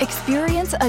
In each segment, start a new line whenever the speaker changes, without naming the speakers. Experience a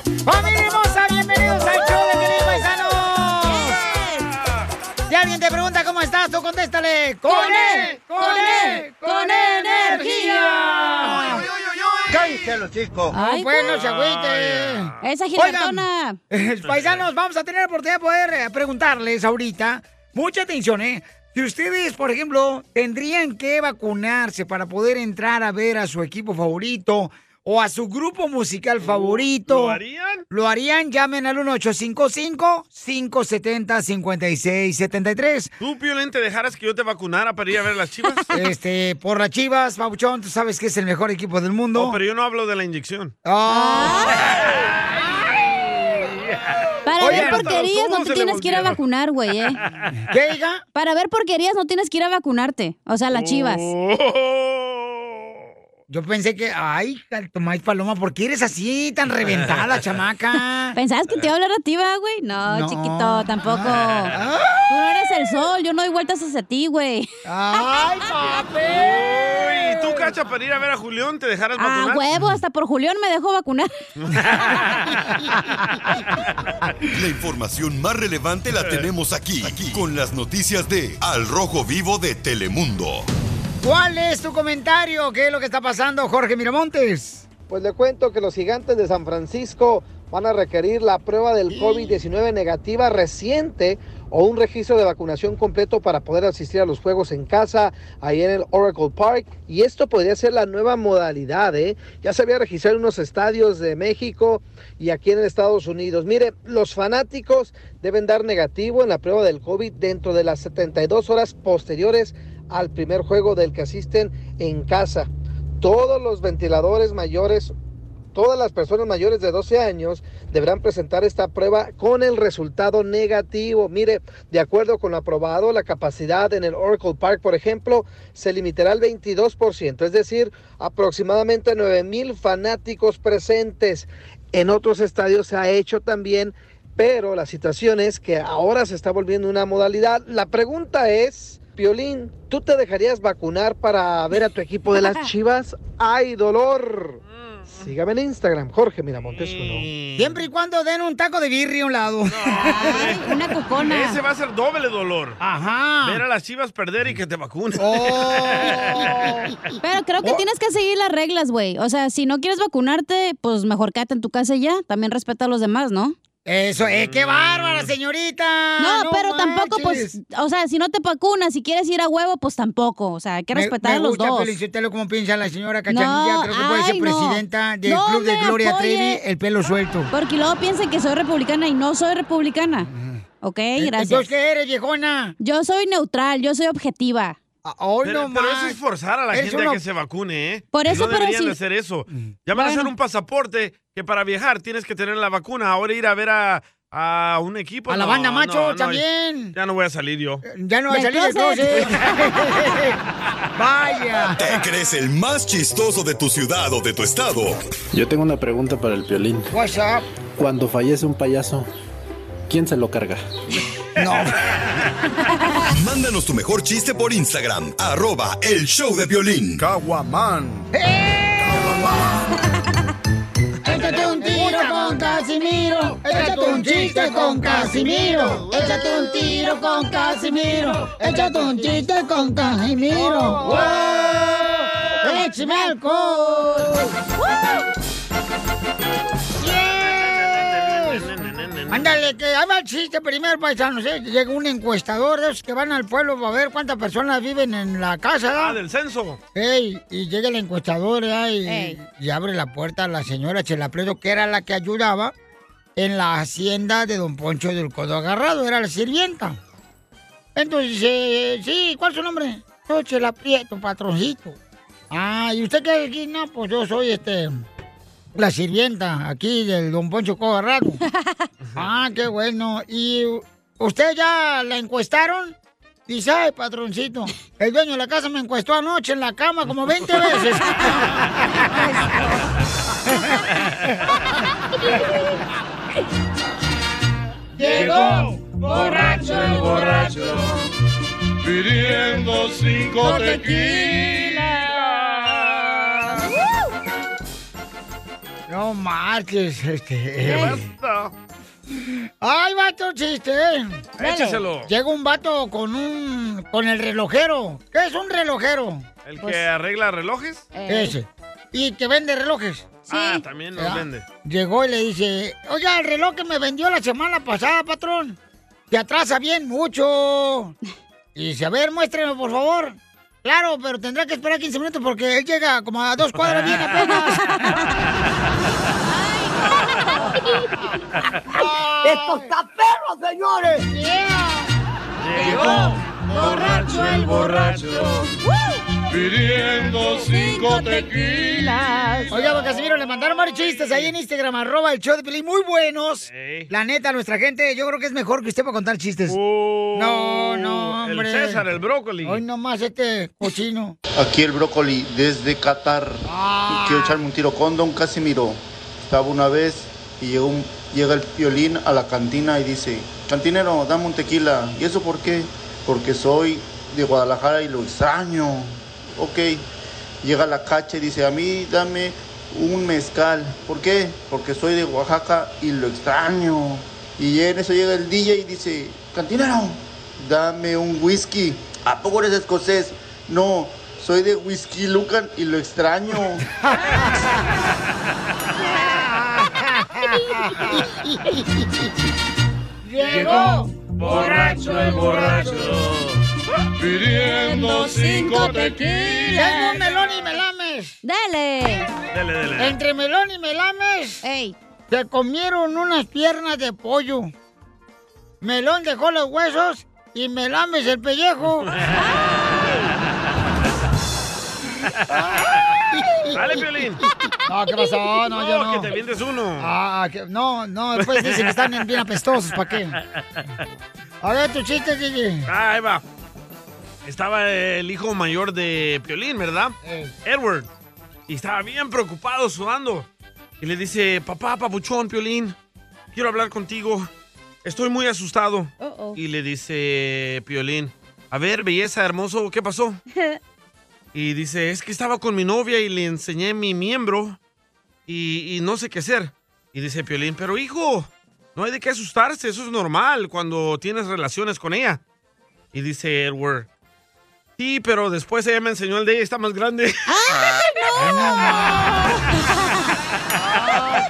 ¡Familia hermosa! ¡Bienvenidos al show de Feliz Paisano! Si alguien te pregunta cómo estás, tú contéstale. ¡Con él! ¡Con él! ¡Con energía!
¡Cállate los chicos!
¡Ay, pues. bueno,
pues.
se agüite!
¡Esa
Oigan,
giratona!
Paisanos, vamos a tener la oportunidad de poder eh, preguntarles ahorita. Mucha atención, ¿eh? Si ustedes, por ejemplo, tendrían que vacunarse para poder entrar a ver a su equipo favorito o a su grupo musical favorito.
Uh, ¿lo harían?
Lo harían, llamen al 1855-570-5673.
¿Tú, Piolín, te dejaras que yo te vacunara para ir a ver las chivas?
Este, por las chivas, Pabuchón, tú sabes que es el mejor equipo del mundo. Ah.
No, pero yo no hablo de la inyección.
Para
Oye,
ver
hasta los
porquerías no
ojos
te
se le
tienes que ir a
voltearon.
vacunar, güey, ¿eh?
¿Qué, diga?
Para ver porquerías no tienes que ir a vacunarte. O sea, las chivas.
Yo pensé que, ay, tomáis paloma, ¿por qué eres así tan reventada, chamaca?
¿Pensabas que te iba a hablar a ti, va, güey? No,
No.
chiquito, tampoco. Tú no eres el sol, yo no doy vueltas hacia ti, güey.
¡Ay,
Uy, ¿tú, Cacha, para ir a ver a Julián te dejaras
Ah,
A
vacunar?
huevo, hasta por Julián me dejó vacunar.
La información más relevante la tenemos aquí, aquí, con las noticias de Al Rojo Vivo de Telemundo.
¿Cuál es tu comentario? ¿Qué es lo que está pasando, Jorge Miramontes?
Pues le cuento que los gigantes de San Francisco van a requerir la prueba del COVID-19 negativa reciente o un registro de vacunación completo para poder asistir a los juegos en casa, ahí en el Oracle Park. Y esto podría ser la nueva modalidad, ¿eh? Ya se había registrado en unos estadios de México y aquí en Estados Unidos. Mire, los fanáticos deben dar negativo en la prueba del COVID dentro de las 72 horas posteriores al primer juego del que asisten en casa todos los ventiladores mayores, todas las personas mayores de 12 años deberán presentar esta prueba con el resultado negativo. Mire, de acuerdo con lo aprobado, la capacidad en el Oracle Park, por ejemplo, se limitará al 22%, es decir, aproximadamente 9 mil fanáticos presentes. En otros estadios se ha hecho también, pero la situación es que ahora se está volviendo una modalidad. La pregunta es, Piolín, ¿tú te dejarías vacunar para ver a tu equipo de las Chivas? ¡Ay, dolor! Sígame en Instagram, Jorge Miramontes uno.
Siempre y cuando den un taco de birria a un lado.
una cocona.
Ese va a ser doble dolor.
Ajá.
Ver a las chivas perder y que te vacunen.
Oh.
Pero creo que tienes que seguir las reglas, güey. O sea, si no quieres vacunarte, pues mejor quédate en tu casa y ya. También respeta a los demás, ¿no?
Eso es,
Mm.
qué bárbara, señorita.
No, pero tampoco,
manches.
pues, o sea, si no te vacunas, si quieres ir a huevo, pues tampoco. O sea, hay que
Me-
respetar
me,
a los
gusta,
dos.
Felicitelo, como piensa la señora Cachanilla.
No,
Creo que puede
ay,
ser
no.
presidenta del
No
Club de
me
Gloria
apoye.
Trevi, el pelo suelto.
Porque luego piensan que soy republicana y no soy republicana. Ok,
Eh, Entonces,
gracias.
¿qué eres, viejona?
Yo soy neutral, yo soy objetiva.
Ah, Hoy
Pero,
no
pero
más.
eso es forzar a la
Eres
gente
uno-
a que se vacune, ¿eh?
Por eso,
no
pero
deberían
si-
de hacer eso.
Mm.
Ya van a hacer un pasaporte que para viajar tienes que tener la vacuna. Ahora ir a ver a, a un equipo.
A la
no,
banda
no,
macho
no,
también.
Ya no voy a salir yo.
Ya no va a
Del
salir del
closet.
closet. Vaya.
¿Te crees el más chistoso de tu ciudad o de tu estado?
Yo tengo una pregunta para el violín.
What's up?
Cuando fallece un payaso, ¿quién se lo carga?
Mándanos tu mejor chiste por Instagram, arroba el show de violín. Caguaman.
Échate un tiro con Casimiro. Échate un chiste con Casimiro. Échate un tiro con Casimiro. Échate un chiste con Casimiro. ¡Wow! Eh, ¡Échame alcohol! ¡Yeah! Ándale, que haga el chiste primero, paisano. ¿sí? Llega un encuestador de esos que van al pueblo para ver cuántas personas viven en la casa. ¿no?
Ah, del censo.
Ey, y llega el encuestador ¿eh? y,
Ey.
y abre la puerta a la señora Chelapredo, que era la que ayudaba en la hacienda de don Poncho del Codo Agarrado, era la sirvienta. Entonces dice, eh, sí, ¿cuál es su nombre? Yo Chelaprieto, patroncito. Ah, ¿y usted qué es aquí? No, pues yo soy este la sirvienta aquí del don Poncho Codo Agarrado. ah, qué bueno. ¿Y usted ya la encuestaron? Dice, ay, patroncito, el dueño de la casa me encuestó anoche en la cama como 20 veces.
Llegó borracho el borracho
pidiendo cinco tequilas.
No marches,
¿Qué
este. eh,
basta?
Ay, vato chiste. ¿eh?
Échaselo.
Llega un vato con un con el relojero. ¿Qué es un relojero?
¿El
Pues,
que arregla relojes?
Ese. Y que vende relojes.
Ah, también los
Ah.
vende.
Llegó y le dice, oiga, el reloj que me vendió la semana pasada, patrón, te atrasa bien mucho. Y dice, a ver, muéstrame, por favor. Claro, pero tendrá que esperar 15 minutos porque él llega como a dos cuadras bien apenas.
¡Estos taperos, señores!
Llegó borracho el borracho pidiendo cinco tequilas.
Oiga, don Casimiro, le mandaron varios chistes ahí en Instagram, arroba el show de Pelín, muy buenos. La neta, nuestra gente, yo creo que es mejor que usted para contar chistes. no, no,
Uh, el
hombre.
César, el brócoli.
Hoy nomás este cochino.
Aquí el brócoli desde Qatar. Quiero echarme un tiro con Don Casimiro. Estaba una vez y llegó un- llega el violín a la cantina y dice, cantinero, dame un tequila. ¿Y eso por qué? Porque soy de Guadalajara y lo extraño. Ok. Llega la cacha y dice, a mí dame un mezcal. ¿Por qué? Porque soy de Oaxaca y lo extraño. Y en eso llega el DJ y dice, cantinero, dame un whisky. ¿A poco eres escocés? No, soy de whisky Lucan y lo extraño.
Llegó borracho el borracho
pidiendo cinco
Tengo un
tequilas.
melón y melames.
Dale.
Dele, dele.
Entre melón y melames. Se comieron unas piernas de pollo. Melón dejó los huesos y melames el pellejo.
Dale, Piolín.
No, ¿qué pasó? No, yo no.
que te vienes uno.
Ah, que- no, no, después dicen que están bien apestosos, ¿para qué? A ver, tu chiste, DJ.
Ah, ahí va. Estaba el hijo mayor de Piolín, ¿verdad? Edward. Y estaba bien preocupado, sudando. Y le dice, papá, papuchón, Piolín, quiero hablar contigo. Estoy muy asustado. Y le dice Piolín, a ver, belleza, hermoso, ¿qué pasó? Y dice, es que estaba con mi novia y le enseñé mi miembro y, y no sé qué hacer. Y dice Piolín, pero hijo, no hay de qué asustarse, eso es normal cuando tienes relaciones con ella. Y dice Edward, sí, pero después ella me enseñó el de ella, está más grande.
Ah,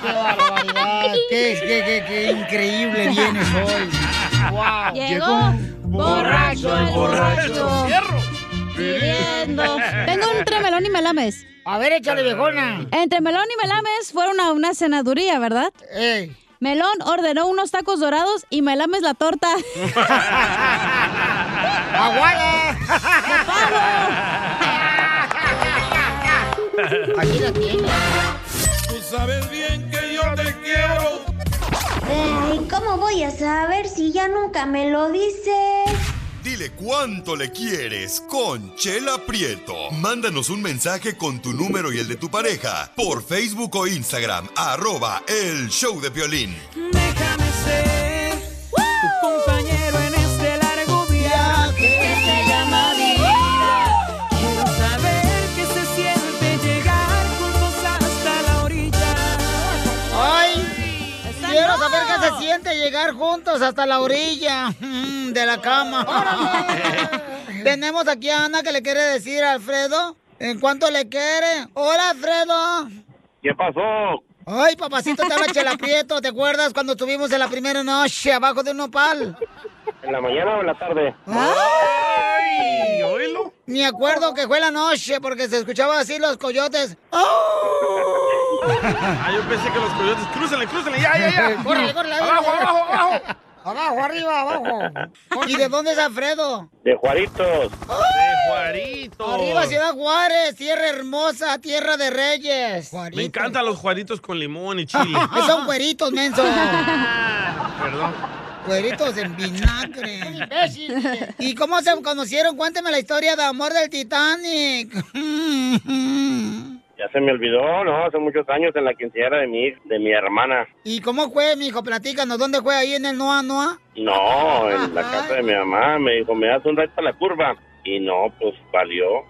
¡Qué barbaridad! Ah, ¡Qué, qué, qué, qué increíble vienes hoy! ¡Wow!
Llegó borracho el borracho. Pidiendo. Tengo entre melón y melames.
A ver, échale, viejona.
Entre melón y melames fueron a una cenaduría, ¿verdad? Melón ordenó unos tacos dorados y melames la torta.
¡Aguada!
Aquí la tienes. Tú sabes bien que yo te quiero.
Ay, ¿cómo voy a saber si ya nunca me lo dices?
Dile cuánto le quieres con Chela Prieto. Mándanos un mensaje con tu número y el de tu pareja por Facebook o Instagram, arroba el show de violín.
Déjame ser tu compañero en este largo viaje que se llama vida. Quiero saber qué se siente llegar juntos hasta la orilla.
¡Ay! Quiero saber qué se siente llegar juntos hasta la orilla mm, de la cama. Tenemos aquí a Ana que le quiere decir a Alfredo en cuánto le quiere. ¡Hola, Alfredo!
¿Qué pasó?
Ay, papacito, te habla Chela Prieto. ¿Te acuerdas cuando estuvimos en la primera noche abajo de un nopal?
¿En la mañana o en la tarde?
¡Ay! ¿Oílo? Ni acuerdo que fue la noche porque se escuchaba así los coyotes. ¡Oh!
Ah, yo pensé que los coyotes. ¡Crúcenle, crúcenle! ¡Ya, ya, ya!
¡Córrele, córrele!
¡Abajo,
córrele.
abajo, abajo!
Abajo, arriba, abajo. ¿Y de dónde es Alfredo?
De Juaritos.
¡Ay!
Juaritos.
Arriba, Ciudad Juárez, tierra hermosa, tierra de reyes.
Me encantan los juaritos con limón y chile.
Son cueritos, menso.
Perdón.
Cueritos en vinagre. ¿Y cómo se conocieron? Cuénteme la historia de amor del Titanic.
Ya se me olvidó, ¿no? Hace muchos años en la quinceañera de mi, de mi hermana.
¿Y cómo fue, mijo? Platícanos, ¿dónde fue? ¿Ahí en el Noa Noa?
No, en la casa de mi mamá. Me dijo, me das un ride para la curva. Y no, pues valió.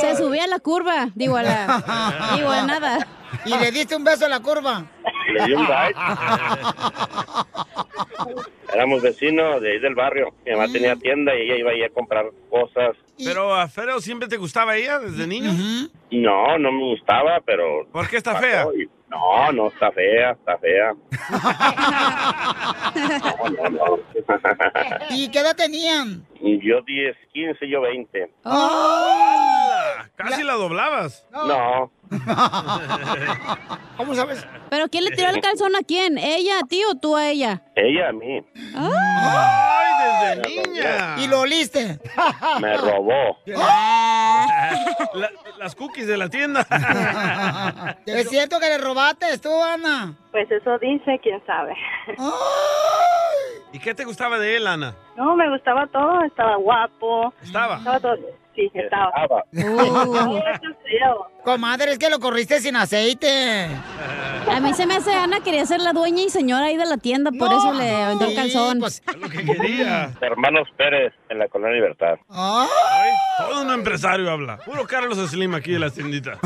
Se subía a la curva, digo a la. digo a nada.
¿Y le diste un beso a la curva?
Le di un ride. Éramos vecinos de ahí del barrio. Mi mamá tenía tienda y ella iba ahí a comprar cosas.
Pero a Fero siempre te gustaba ella desde niño.
No, no me gustaba, pero...
¿Por qué está fea?
Ay, No, no, está fea, está fea. No, no.
¿Y qué edad tenían?
yo 10, 15, yo 20. Oh.
Ah, Casi la doblabas.
No.
¿Cómo sabes?
¿Pero quién le tiró el calzón a quién? ¿Ella a ti o tú a ella?
Ella a mí.
Ah, ¡Ay,
desde niña!
¿Y lo oliste?
Me robó.
¡Ah!
La- las cookies de la tienda.
¿Es cierto que le robaste tú, Ana?
Pues eso dice, quién sabe.
¿Y qué te gustaba de él, Ana?
No, me gustaba todo, estaba guapo.
¿Estaba?
todo. Sí, estaba.
Uh.
Comadre, es que lo corriste sin aceite.
A mí se me hace Ana quería ser la dueña y señora ahí de la tienda, por eso le aventó el calzón.
pues,
Hermanos Pérez, en la Colonia Libertad.
Ah.
Ay, todo un empresario habla. Puro Carlos Slim aquí de las tienditas.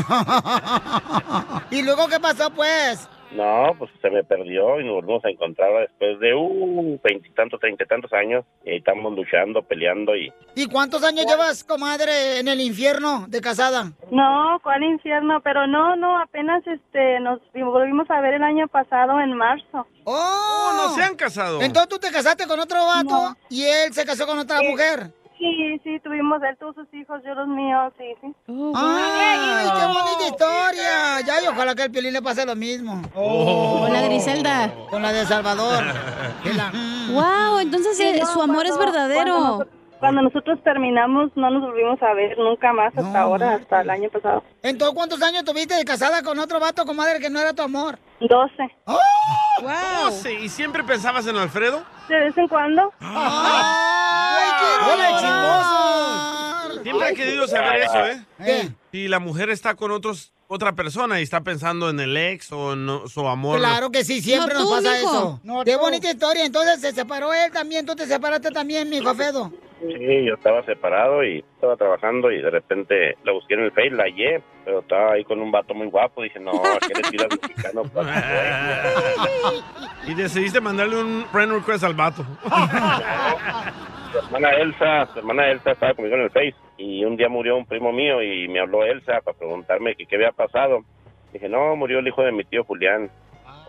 ¿Y luego qué pasó, pues?
No, pues se me perdió y nos volvimos a encontrar después de uh, veintitantos, treinta y tantos años. Y ahí estamos luchando, peleando y
¿Y cuántos años llevas, comadre, en el infierno de casada?
No, cuál infierno, pero no, no, apenas este nos volvimos a ver el año pasado en marzo.
¡Oh!
no se han casado.
Entonces tú te casaste con otro vato y él se casó con otra
Sí.
mujer.
Sí, sí, tuvimos, él tuvo sus hijos, yo los míos, sí, sí.
¡Ay, qué bonita historia! Ya, y ojalá que al Piolín le pase lo mismo.
Con la Griselda.
Con la de Salvador. Que la-
Wow, entonces
Sí,
eh,
no,
su amor
cuando-
es verdadero.
Cuando nosotros, cuando nosotros terminamos, no nos volvimos a ver nunca más hasta ahora, hasta el año pasado.
Entonces, ¿cuántos años tuviste de casada con otro vato, comadre, que no era tu amor?
Doce.
Doce. ¿Y siempre pensabas en Alfredo?
De vez en cuando.
¡Ay,
quiero
¡Hola,
chismosos! Siempre he
Ay,
querido
qué
saber eso,
rara.
¿eh?
¿Qué?
Si la mujer está con otros, otra persona y está pensando en el ex o no, su amor.
Claro que sí, siempre
No,
nos
tú,
pasa
mijo.
eso.
No,
qué
tú.
bonita historia. Entonces se separó él también, tú te separaste también, mi Fedo.
Sí, yo estaba separado y estaba trabajando y de repente la busqué en el Face, la hallé, pero estaba ahí con un vato muy guapo. Dije, no, ¿a ¿qué le pido al mexicano?
Y decidiste mandarle un friend request al vato.
Su hermana Elsa, su hermana Elsa estaba conmigo en el Face y un día murió un primo mío y me habló Elsa para preguntarme que qué había pasado. Dije, no, murió el hijo de mi tío Julián.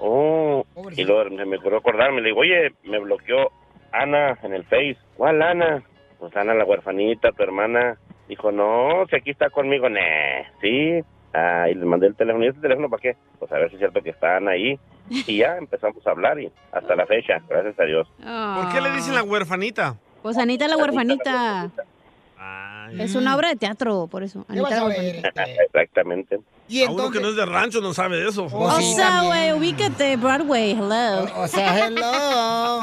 Oh, y luego se me ocurrió acordarme, le digo, oye, me bloqueó Ana en el Face. ¿Cuál Ana? Pues Ana la huerfanita, tu hermana. Dijo, no, si aquí está conmigo, nah, sí. Ah, y le mandé el teléfono. ¿Y este teléfono para qué? Pues a ver si es cierto que están ahí. Y ya empezamos a hablar y hasta la fecha, gracias a Dios.
¿Por qué le dicen la huerfanita?
Pues Anita la huerfanita. Es una obra de teatro, por eso. Anita
vas a
la
ver?
huerfanita.
Exactamente.
¿Y
a uno que no es de rancho no sabe de eso.
Oh,
O sea, güey, ubícate, Broadway, hello.
O sea, hello.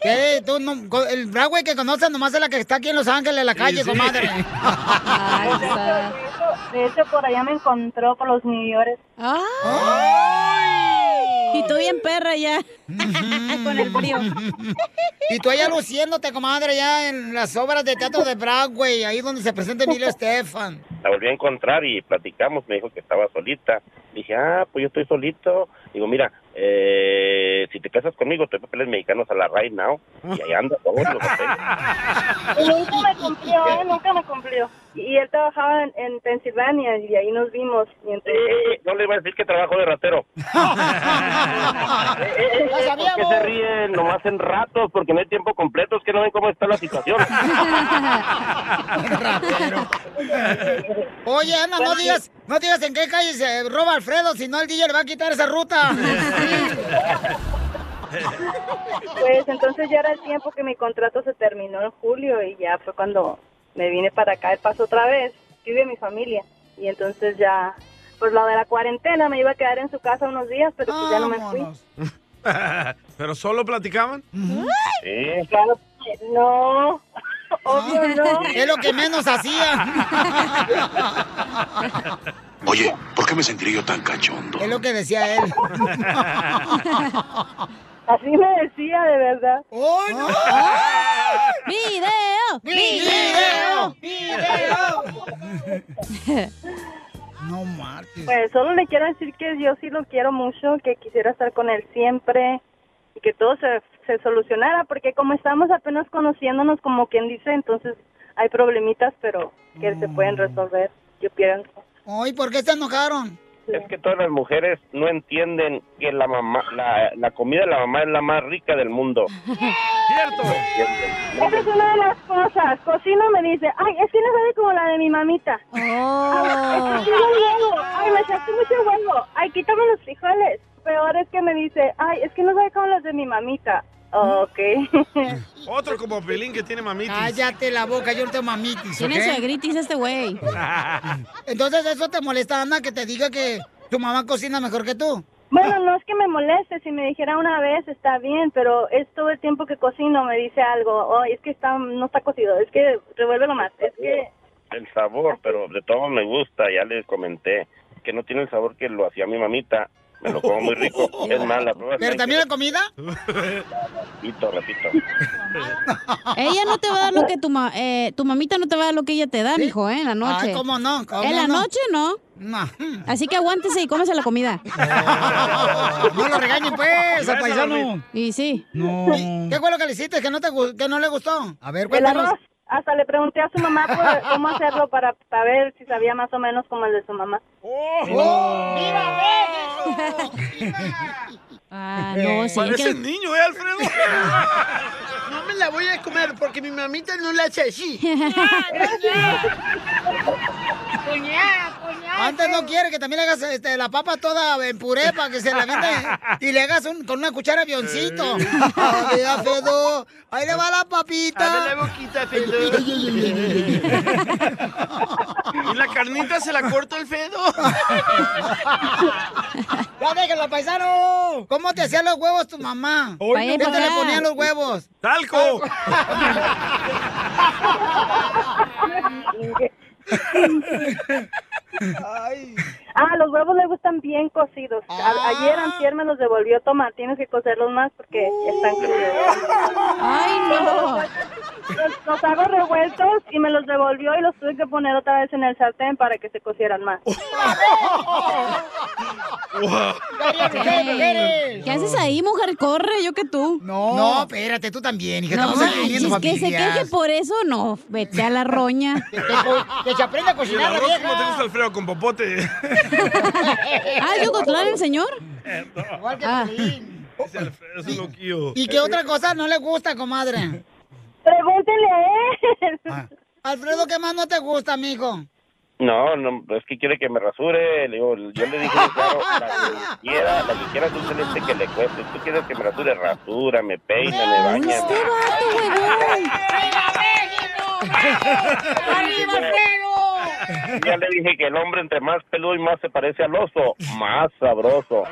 ¿Qué? Tú no- co- el Broadway que conoces nomás es la que está aquí en Los Ángeles, en la calle,
sí.
comadre.
De hecho, por allá me encontró por los New York.
Y tú bien perra ya. Con el frío.
Y tú allá luciéndote, comadre, ya en las obras de teatro de Broadway, ahí donde se presenta Emilio Estefan.
La volví a encontrar y platicamos, me dijo que estaba solita. Dije, ah, pues yo estoy solito. Digo, mira, eh, si te te casas conmigo, te doy papeles mexicanos a la right now. Y ahí anda todos los papeles.
Y nunca me cumplió, ¿eh? nunca me cumplió. Y él trabajaba en, en Pensilvania y ahí nos vimos. Y entonces...
Eh, no le iba a decir que trabajo de ratero. Eh,
¡La
¿Por qué se ríen nomás en ratos? Porque no hay tiempo completo. Es que no ven cómo está la situación.
Oye, Ana, no digas, no digas en qué calle se roba Alfredo, si no el DJ le va a quitar esa ruta.
Pues entonces ya era el tiempo que mi contrato se terminó en julio y ya fue cuando me vine para acá de paso otra vez. Vive mi familia y entonces ya, pues lo de la cuarentena me iba a quedar en su casa unos días, pero pues ya no me fui.
¿Pero solo platicaban? Sí.
Eh, Claro que no, obvio no.
Es lo que menos hacía.
Oye, ¿por qué me sentiré yo tan cachondo?
Es lo que decía él.
Así me decía, de verdad.
¡Oh,
no!
¡Video!
¡Video!
No marches.
Pues solo le quiero decir que yo sí lo quiero mucho, que quisiera estar con él siempre y que todo se, se solucionara, porque como estamos apenas conociéndonos, como quien dice, entonces hay problemitas, pero que se pueden resolver, yo pienso.
Mm. Ay, ¿por qué se enojaron?
Es que todas las mujeres no entienden que la mamá, la, la comida de la mamá es la más rica del mundo.
¡Cierto!
Esa es una de las cosas. Cocino me dice, ay, es que no sabe como la de mi mamita. Ay,
Oh.
es que tiene huevo. Ay, me echaste mucho huevo. Ay, quítame los frijoles. Peor es que me dice, ay, es que no sabe como las de mi mamita.
Mm.
Ok.
Otro como Pelín que tiene mamitis.
Cállate la boca, yo ahorita mamitis.
Tiene
¿ok?
suegritis este güey.
Entonces, ¿eso te molesta, Ana, que te diga que tu mamá cocina mejor que tú?
Bueno, no es que me moleste, si me dijera una vez está bien, pero es todo el tiempo que cocino, me dice algo, oh, es que está, no está cocido, es que revuélvelo más, es que...
El sabor, pero de todo me gusta, ya les comenté, que no tiene el sabor que lo hacía mi mamita. Me lo como muy rico. Es más, la prueba
¿Pero
está en
también la comida?
Repito, repito.
Ella no te va a dar lo que tu, ma- eh, tu mamita no te va a dar lo que ella te da, mijo, ¿eh? En la noche.
Ay, ¿cómo no? ¿Cómo
en la
no?
noche no. Así que aguántese y cómese la comida.
No lo regañen, pues, al paisano.
Y sí.
No. ¿Qué fue lo que le hiciste que no, te, gu- que no le gustó? A ver,
El
cuéntanos.
arroz, hasta le pregunté a su mamá por- cómo hacerlo para saber si sabía más o menos como el de su mamá.
¡Oh!
Ah, no, sí.
Parece
que-
niño, ¿eh, Alfredo?
No me la voy a comer porque mi mamita no la hace así.
Antes no quiere que también le hagas este, la papa toda en puré para que se la venda y le hagas un- con una cuchara avioncito. Ay, ya, Fedo. Ahí le va la papita.
Abre la
boquita,
¿Y la carnita se la corto al Fedo?
¡Ya déjalo, paisano! ¿Cómo te hacía los huevos tu mamá?
Oye,
¿Qué te
papá.
le ponían los huevos?
¡Talco!
Ah, los huevos le gustan bien cocidos. A-
Ah.
ayer antier me los devolvió Toma, tienes que cocerlos más porque están crudos.
Ay, no.
Los, los hago revueltos y me los devolvió y los tuve que poner otra vez en el sartén para que se cocieran más.
Ey, ¿Qué haces ahí, mujer? Corre, yo que tú.
No. No, espérate, tú también, hija.
No,
Estamos aquí
manches,
viendo
que se
familias.
queje por eso, no. Vete a la roña.
que se aprenda a
¿Y el arroz cómo te gusta, Alfredo? Con popote.
Ah, ¿yo Cotlán el señor?
Igual que
Ah.
Piolín.
Ese Alfredo es un loquillo.
¿Y qué otra cosa no le gusta, comadre? Ah.
Pregúntele a él.
Alfredo, ¿qué más no te gusta, mijo?
No, no, es que quiere que me rasure. Le digo, yo le dije, claro, la que quiera, la que quiera, tú celeste que le cueste. Tú quieres que me rasure, rasura, me peina, me baña.
¡Arriba,
Ya le dije que el hombre entre más peludo y más se parece al oso, más sabroso.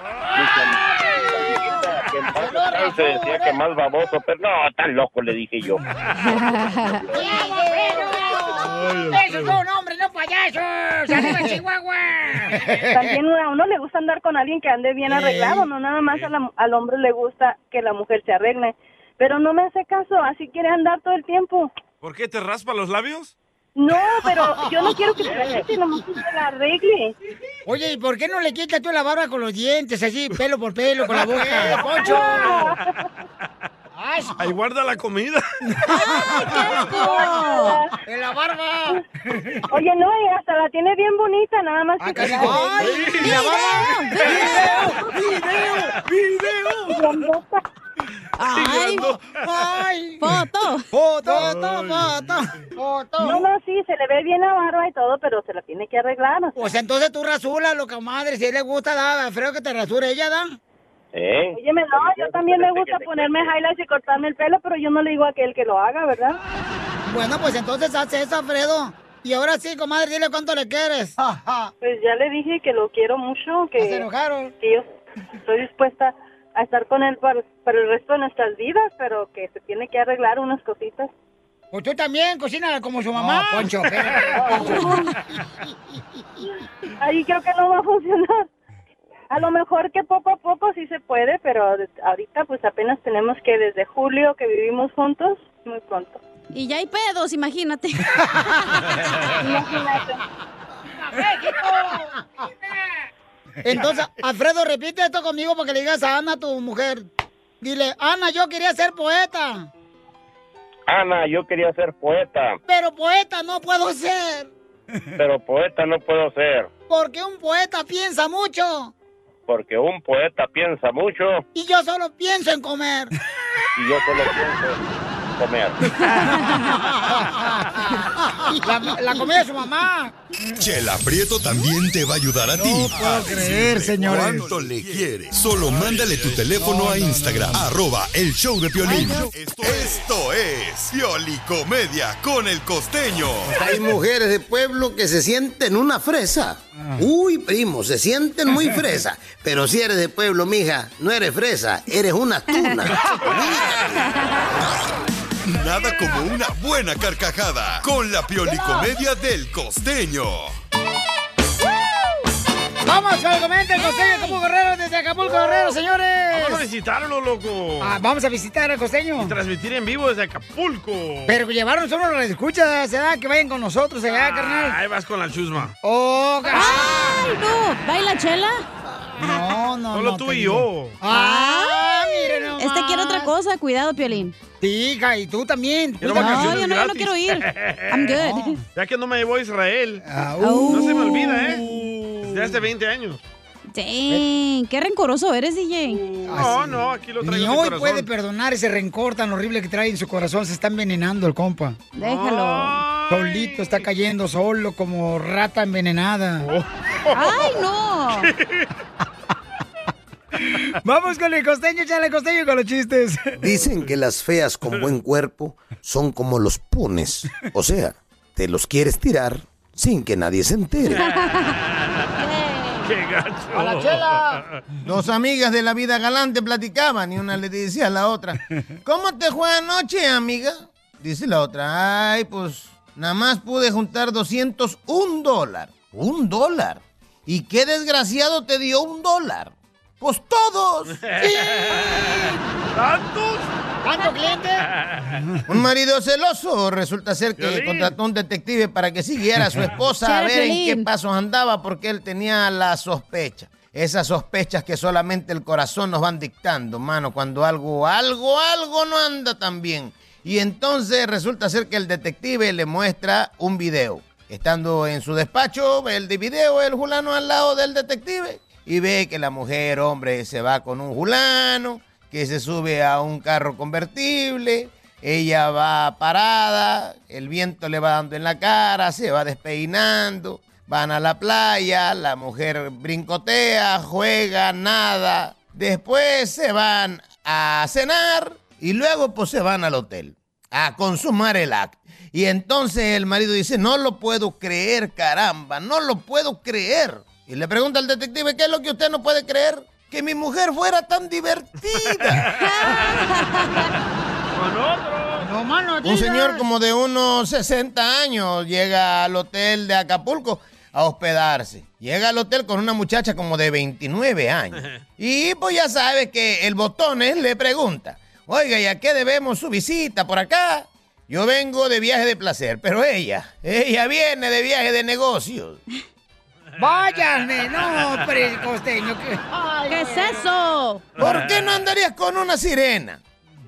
Él se decía que más baboso, pero no, tan loco le dije yo.
¡Esos son hombres, no payasos! ¡Arriba, Chihuahua!
También a uno le gusta andar con alguien que ande bien arreglado, no nada más a la- al hombre le gusta que la mujer se arregle. Pero no me hace caso, así quiere andar todo el tiempo.
¿Por qué te raspa los labios?
No, pero yo no quiero que se la quite, nomás que se la arregle.
Oye, ¿y por qué no le quitas tú la barba con los dientes, así, pelo por pelo, con la
¡Eh,
boca?
Poncho!
¡Asco!
Ahí guarda la comida.
¡En la barba!
Oye, no, y hasta la tiene bien bonita, nada más que... se la-
¡Ay! ¡Video!
¡Video! ¡Video!
¡Ay!
¡Ay!
¡Foto!
¡Foto!
¡Foto!
¡Foto!
No, no, sí, se le ve bien la barba y todo, pero se la tiene que arreglar. O sea.
Pues entonces tú rasula, loca madre, si a él le gusta, da, Alfredo que te rasure ella, da.
¿Eh?
Oye, me- no, yo también me gusta ponerme highlights y cortarme el pelo, pero yo no le digo a aquel que lo haga, ¿verdad?
Bueno, pues entonces hace eso, Alfredo. Y ahora sí, comadre, dile cuánto le quieres.
Pues ya le dije que lo quiero mucho, que,
Se enojaron.
que yo estoy dispuesta a estar con él para, para el resto de nuestras vidas, pero que se tiene que arreglar unas cositas.
Pues tú también, cocina como su mamá. No, Poncho,
Ahí creo que no va a funcionar. A lo mejor que poco a poco sí se puede, pero de- ahorita pues apenas tenemos que desde julio que vivimos juntos, muy pronto.
Y ya hay pedos, imagínate.
Entonces, Alfredo, repite esto conmigo para que le digas a Ana, tu mujer. Dile, Ana, yo quería ser poeta,
Ana, yo quería ser poeta,
pero poeta no puedo ser,
pero poeta no puedo ser,
porque un poeta piensa mucho
porque un poeta piensa mucho
y yo solo pienso en comer.
y yo solo pienso en comer.
Ah.
La, la comida de su mamá.
Chela Prieto también te va a ayudar a ti.
puedo
a decirle
creer, señores.
¿Cuánto le quieres? Solo mándale tu teléfono a Instagram, arroba el show de Piolín. Esto, esto es Piolicomedia con el costeño.
Hay mujeres de pueblo que se sienten una fresa.
Ah.
Uy, primo, se sienten muy fresa. Pero si eres de pueblo, mija, no eres fresa, eres una tuna.
Nada como una buena carcajada con la Piolicomedia del costeño.
Vamos con el comentario del costeño de Acapulco Guerrero desde Acapulco Guerrero, señores.
Vamos a visitarlo, loco.
Ah, vamos a visitar al costeño.
Y transmitir en vivo desde Acapulco.
Pero llevarnos uno las escuchas, ¿verdad? Que vayan con nosotros,
Ah.
¿verdad, carnal?
Ahí vas con la chusma.
¡Oh,
¡Ay, no! ¿Baila chela?
No, no,
Solo tú y yo.
¡Ah, mire nomás!
Este quiere otra cosa. Cuidado, Piolín.
Sí, hija, y tú también.
Quiero
no,
vacaciones
yo no, yo
gratis.
no quiero ir. I'm good.
Ya que no me llevó a Israel.
uh.
No se me olvida, ¿eh? Desde hace 20 años.
Dang, qué rencoroso eres, DJ.
Uh, No, no, aquí lo traigo
Ni
en mi
hoy
corazón.
puede perdonar ese rencor tan horrible que trae en su corazón. Se está envenenando el compa.
Déjalo.
Solito está cayendo solo como rata envenenada.
Oh.
¡Ay, no!
Vamos con el costeño, chale, costeño con los chistes.
Dicen que las feas con buen cuerpo son como los punes. O sea, te los quieres tirar sin que nadie se entere.
¡Qué gacho!
¡A la chela! Dos amigas de la vida galante platicaban y una le decía a la otra, ¿cómo te fue anoche, amiga? Dice la otra, ay, pues nada más pude juntar 201 dólar. ¿Un dólar? ¿Y qué desgraciado te dio un dólar? Pues todos.
¿Tantos?
¿Cuánto cliente?
Un marido celoso resulta ser que
Violín.
contrató un detective para que siguiera a su esposa a
Chela,
ver en qué
Violín.
pasos andaba porque él tenía la sospecha. Esas sospechas que solamente el corazón nos van dictando, mano, cuando algo, algo, algo no anda tan bien. Y entonces resulta ser que el detective le muestra un video. Estando en su despacho, ve el de video, el fulano al lado del detective y ve que la mujer, hombre, se va con un fulano, que se sube a un carro convertible, ella va parada, el viento le va dando en la cara, se va despeinando, van a la playa, la mujer brincotea, juega, nada. Después se van a cenar y luego pues se van al hotel a consumar el acto. Y entonces el marido dice, no lo puedo creer, caramba, no lo puedo creer. Y le pregunta al detective, ¿qué es lo que usted no puede creer? Que mi mujer fuera tan divertida.
No, mano,
Un señor como de unos 60 años llega al hotel de Acapulco a hospedarse. Llega al hotel con una muchacha como de 29 años. Y pues ya sabes que el botones le pregunta, oiga, ¿y a qué debemos su visita por acá? Yo vengo de viaje de placer, pero ella, ella viene de viaje de negocios.
Váyanme, no, hombre, costeño. ¿Qué,
es eso?
¿Por qué no andarías con una sirena?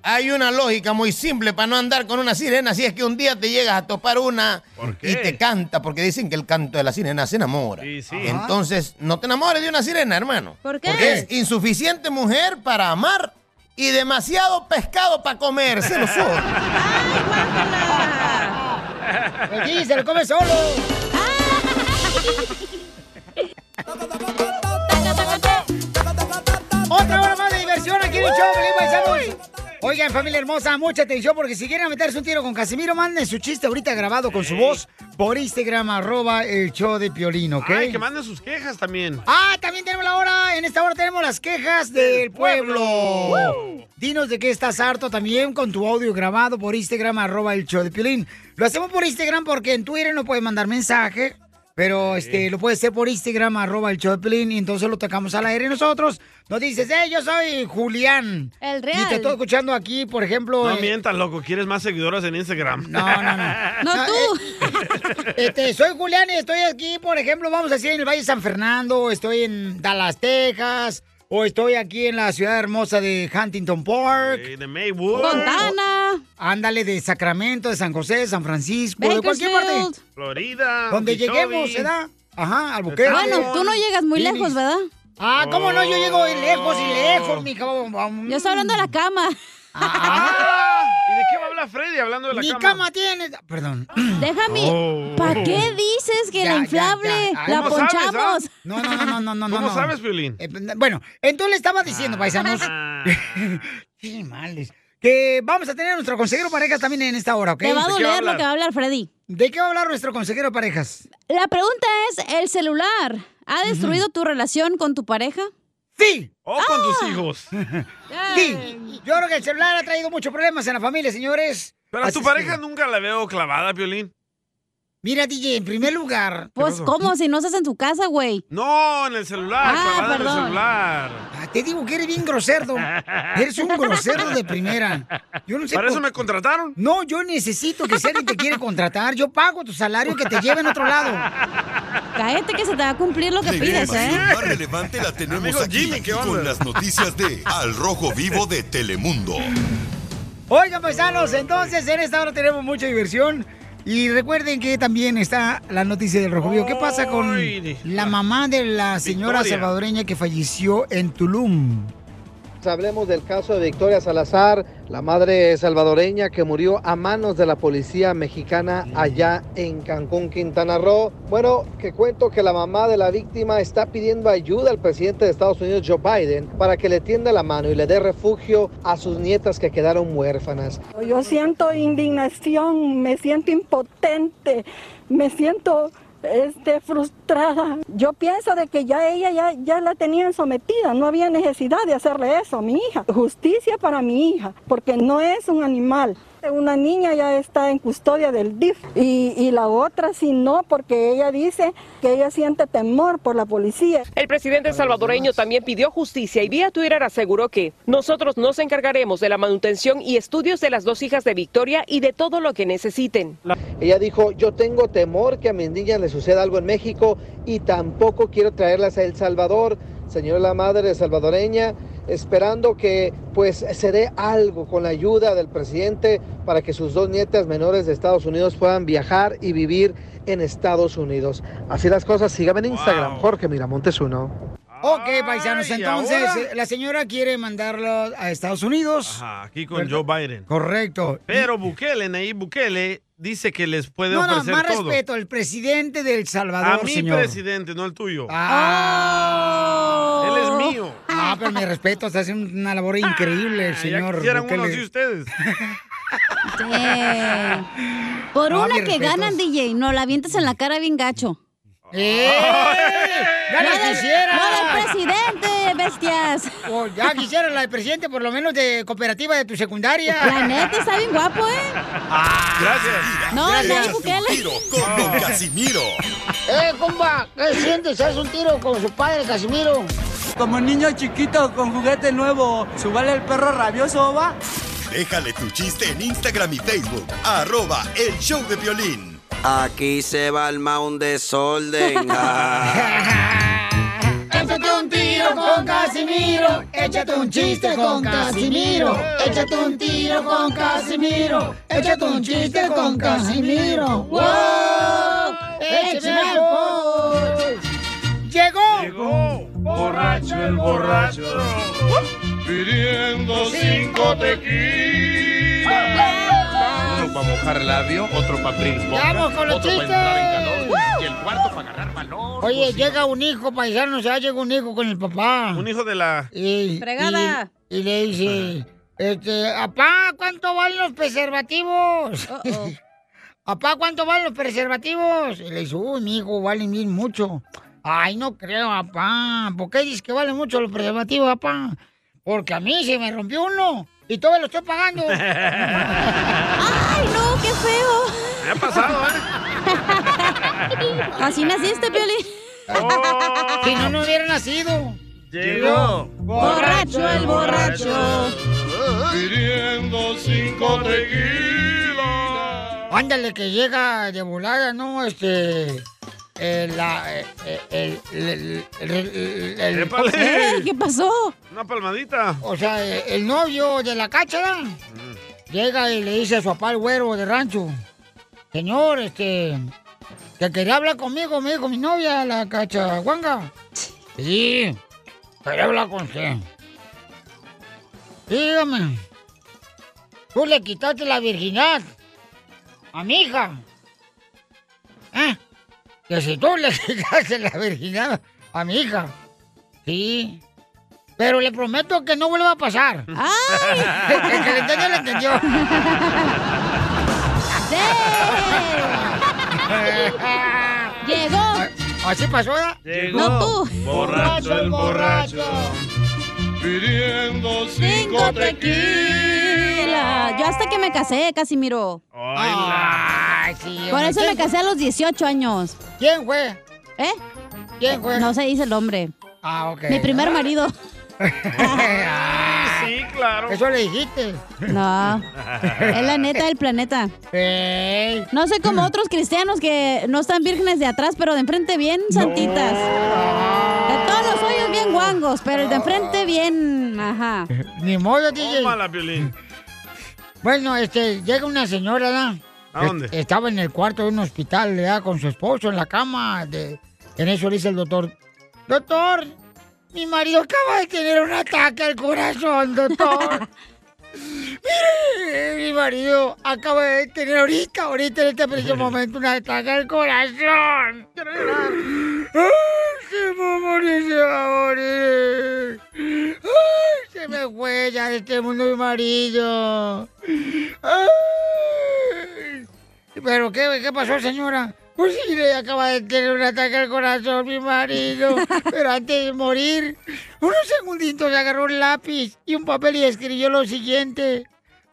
Hay una lógica muy simple para no andar con una sirena si es que un día te llegas a topar una y te canta, porque dicen que el canto de la sirena se enamora. Entonces, no te enamores de una sirena, hermano.
¿Por
qué?
Porque es insuficiente mujer para amar y demasiado pescado para comer, se lo juro.
El Gigi Pues se lo come solo. Otra hora más de diversión aquí en el show, Pelín Paisanos. Oigan, familia hermosa, mucha atención porque si quieren meterse un tiro con Casimiro, manden su chiste ahorita grabado con su voz por Instagram, arroba el show de Piolín, ¿ok?
Ay, que manden sus quejas también.
Ah, también tenemos la hora. En esta hora tenemos las quejas del pueblo. Dinos de qué estás harto también con tu audio grabado por Instagram, arroba el show de Piolín. Lo hacemos por Instagram porque en Twitter no puedes mandar mensaje, pero este lo puedes hacer por Instagram, arroba el show de Piolín, y entonces lo tocamos al aire nosotros. Nos dices, eh, yo soy Julián.
El
Y te estoy escuchando aquí, por ejemplo...
No
eh,
mientas, loco, quieres más seguidoras en Instagram.
No, no, no. No, tú. Ah, Este, soy Julián y estoy aquí, por ejemplo, vamos a decir en el Valle de San Fernando, estoy en Dallas, Texas, o estoy aquí en la ciudad hermosa de Huntington Park.
De Maywood.
O- Ándale, de Sacramento, de San José, de San Francisco, de cualquier
Bakersfield.
parte.
Florida.
Donde
Okeechobee.
lleguemos, ¿verdad? Ajá, Albuquerque.
Bueno, tú Ah, no llegas muy
Phoenix.
lejos, ¿verdad?
Ah, ¿cómo no? Yo llego de lejos y lejos, mija. Yo
estoy hablando de la cama.
Ah, ¿Y de qué va a hablar Freddy hablando de la
Ni
cama?
cama
tiene. Perdón.
Déjame.
Oh.
¿Para qué dices que
Ya,
la
ya,
inflable
ya.
la
¿Cómo sabes,
ponchamos?
ah? No, no, no, no, no, no.
¿Cómo
no.
sabes, Ah. Piolín?
Eh, bueno, entonces le estaba diciendo, paisanos. Qué males. Que vamos a tener a nuestro consejero parejas también en esta hora, ¿ok?
Te va a doler lo que va a hablar Freddy.
¿De qué va a hablar nuestro consejero parejas?
La pregunta es, ¿el celular ha destruido tu relación con tu pareja?
¡Sí!
O con
Ah.
tus hijos.
Sí, yo creo que el celular ha traído muchos problemas en la familia, señores.
Pero a
Así
tu
es
pareja
que-
nunca la veo clavada, Piolín.
Mira, DJ, en primer lugar.
Pues, ¿cómo? Si no estás en tu casa, güey.
No, en el celular,
Ah,
clavada en
perdón.
el celular.
Ah, Te digo que eres bien grosero. Eres un grosero de primera. Yo no sé
¿Para
por-
eso me contrataron?
No, yo necesito que si alguien te quiere contratar, yo pago tu salario que te lleven a otro lado.
Cállate que se te va a cumplir lo que
La
pides,
información
¿eh?
más relevante la tenemos
Amigo
aquí
Jimmy, ¿qué onda?
con las noticias de Al Rojo Vivo de Telemundo.
Oigan, paisanos, entonces en esta hora tenemos mucha diversión. Y recuerden que también está la noticia del Rojo Vivo. ¿Qué pasa con la mamá de la señora
Victoria.
salvadoreña que falleció en Tulum?
Hablemos del caso de Victoria Salazar, la madre salvadoreña que murió a manos de la policía mexicana allá en Cancún, Quintana Roo. Bueno, que cuento que la mamá de la víctima está pidiendo ayuda al presidente de Estados Unidos, Joe Biden, para que le tienda la mano y le dé refugio a sus nietas que quedaron huérfanas.
Yo siento indignación, me siento impotente, me siento este, frustrada. Yo pienso de que ya ella ya, ya la tenían sometida, no había necesidad de hacerle eso a mi hija. Justicia para mi hija, porque no es un animal. Una niña ya está en custodia del DIF y, y la otra sí no, porque ella dice que ella siente temor por la policía.
El presidente salvadoreño también pidió justicia y vía Twitter aseguró que nosotros nos encargaremos de la manutención y estudios de las dos hijas de Victoria y de todo lo que necesiten.
Ella dijo, yo tengo temor que a mis niñas les suceda algo en México y tampoco quiero traerlas a El Salvador, señora la madre salvadoreña, esperando que pues se dé algo con la ayuda del presidente para que sus dos nietas menores de Estados Unidos puedan viajar y vivir en Estados Unidos. Así las cosas, síganme en Instagram, Jorge Miramontes uno.
Ok, paisanos,
¿y
entonces
ahora?
eh, la señora quiere mandarlo a Estados Unidos.
Ajá, aquí con
¿Verdad?
Joe Biden.
Correcto.
Pero Bukele, Nayib Bukele, dice que les puede
No, no,
ofrecer
más
todo.
respeto, el presidente del
A
Salvador,
mi
señor.
presidente, no el tuyo.
Ah.
Él es mío. Ah,
Ah, pero mi respeto, está haciendo una labor increíble el señor.
quisieran
Bukele.
uno así ustedes.
Por
No,
una
mis
que
respetos. Eh.
ganan, DJ, no la avientas en la cara bien gacho.
¡Ya
No
las
del-
quisiera!
no del presidente, bestias!
Oh, ya quisiera la del presidente, por lo menos de cooperativa de tu secundaria.
La neta, está bien guapo, ¿eh?
Ah,
Gracias.
No,
Échate
Nayib Bukele.
un tiro con Don Casimiro.
¡Eh, compa! ¿Qué sientes? ¿Haz un tiro con su padre, Casimiro?
Como niño chiquito con juguete nuevo, ¿subale el perro rabioso, va?
Déjale tu chiste en Instagram y Facebook, arroba el show de violín.
Aquí se va el mound desorden.
Échate un tiro con Casimiro, échate un chiste con Casimiro, échate un tiro con Casimiro, échate un chiste con Casimiro. ¡Wow! ¡Échame alcohol!
¡Llegó!
¡Llegó!
Borracho el borracho, pidiendo cinco tequilas. Uno para mojar labio, otro para Prince Bumper,
Vamos con los
otro pa'
chistes.
entrar en calor
¡Woo!
y el cuarto para agarrar valor.
Oye, llega un hijo paisano, ya llega un hijo con el papá.
Pues Un hijo de la...
Y,
Fregada.
Y, y le dice, este, apá, ¿cuánto valen los preservativos? apá, ¿cuánto valen los preservativos? Y le dice, uy, mi hijo, valen bien mucho. Ay, no creo, apá. ¿Por qué dices que valen mucho los preservativos, apá? Porque a mí se me rompió uno y todavía lo estoy pagando.
¡Ay, no! ¡Qué feo!
Me ha pasado,
¿eh? Así naciste, Piolín.
Oh.
Si no, no hubiera nacido.
Llegó.
Borracho el borracho.
Pidiendo cinco tequilas.
Ándale, que llega de volada, ¿no? Este. eh, la, eh, eh, el, el, el, el- el-
Épale. ¿Eh? ¿Qué
pasó?
Una palmadita.
O sea, eh, el novio de la cáchara
Mm.
llega y le dice a su papá el güero de rancho: Señor, este. Que quería hablar conmigo, me dijo mi novia, la cachahuanga. Sí, quería hablar con usted. Dígame, tú le quitaste la virginidad a mi hija. ¿Eh? Que si tú le quitaste la virginidad a mi hija. Sí. Pero le prometo que no vuelva a pasar. El, que le entendió, le entendió.
Llegó.
¿Así pasó, ¿eh?
Llegó.
No,
tú. Borracho el borracho. Pidiendo cinco,
Cinco
tequilas.
tequila. Yo hasta que me casé, Casimiro.
Ay, sí.
Por
hombre,
eso me casé a los 18 años.
¿Quién fue?
¿Eh?
¿Quién fue?
No se dice el hombre.
Ah, ok.
Mi primer marido.
sí, claro. Eso le dijiste.
No. Es la neta del planeta. No sé como otros cristianos que no están vírgenes de atrás, pero de enfrente bien santitas. De todos los hoyos bien guangos, pero el de enfrente bien. Ajá.
Ni modo, DJ.
Mala, Piolín.
Bueno, este, llega una señora, ¿verdad?
¿A dónde?
Est- Estaba en el cuarto de un hospital, ¿verdad? Con su esposo en la cama. De... En eso le dice el doctor, doctor, mi marido acaba de tener un ataque al corazón, doctor. Mire, mi marido acaba de tener ahorita, ahorita en este preciso momento, un ataque al corazón. ¡Ay, se va a morir, se va a morir! ¡Ay, se me fue ya de este mundo mi marido! ¡Ay! ¿Pero qué, qué pasó, señora? Pues sí, le acaba de tener un ataque al corazón mi marido, pero antes de morir, unos segunditos agarró un lápiz y un papel y escribió lo siguiente.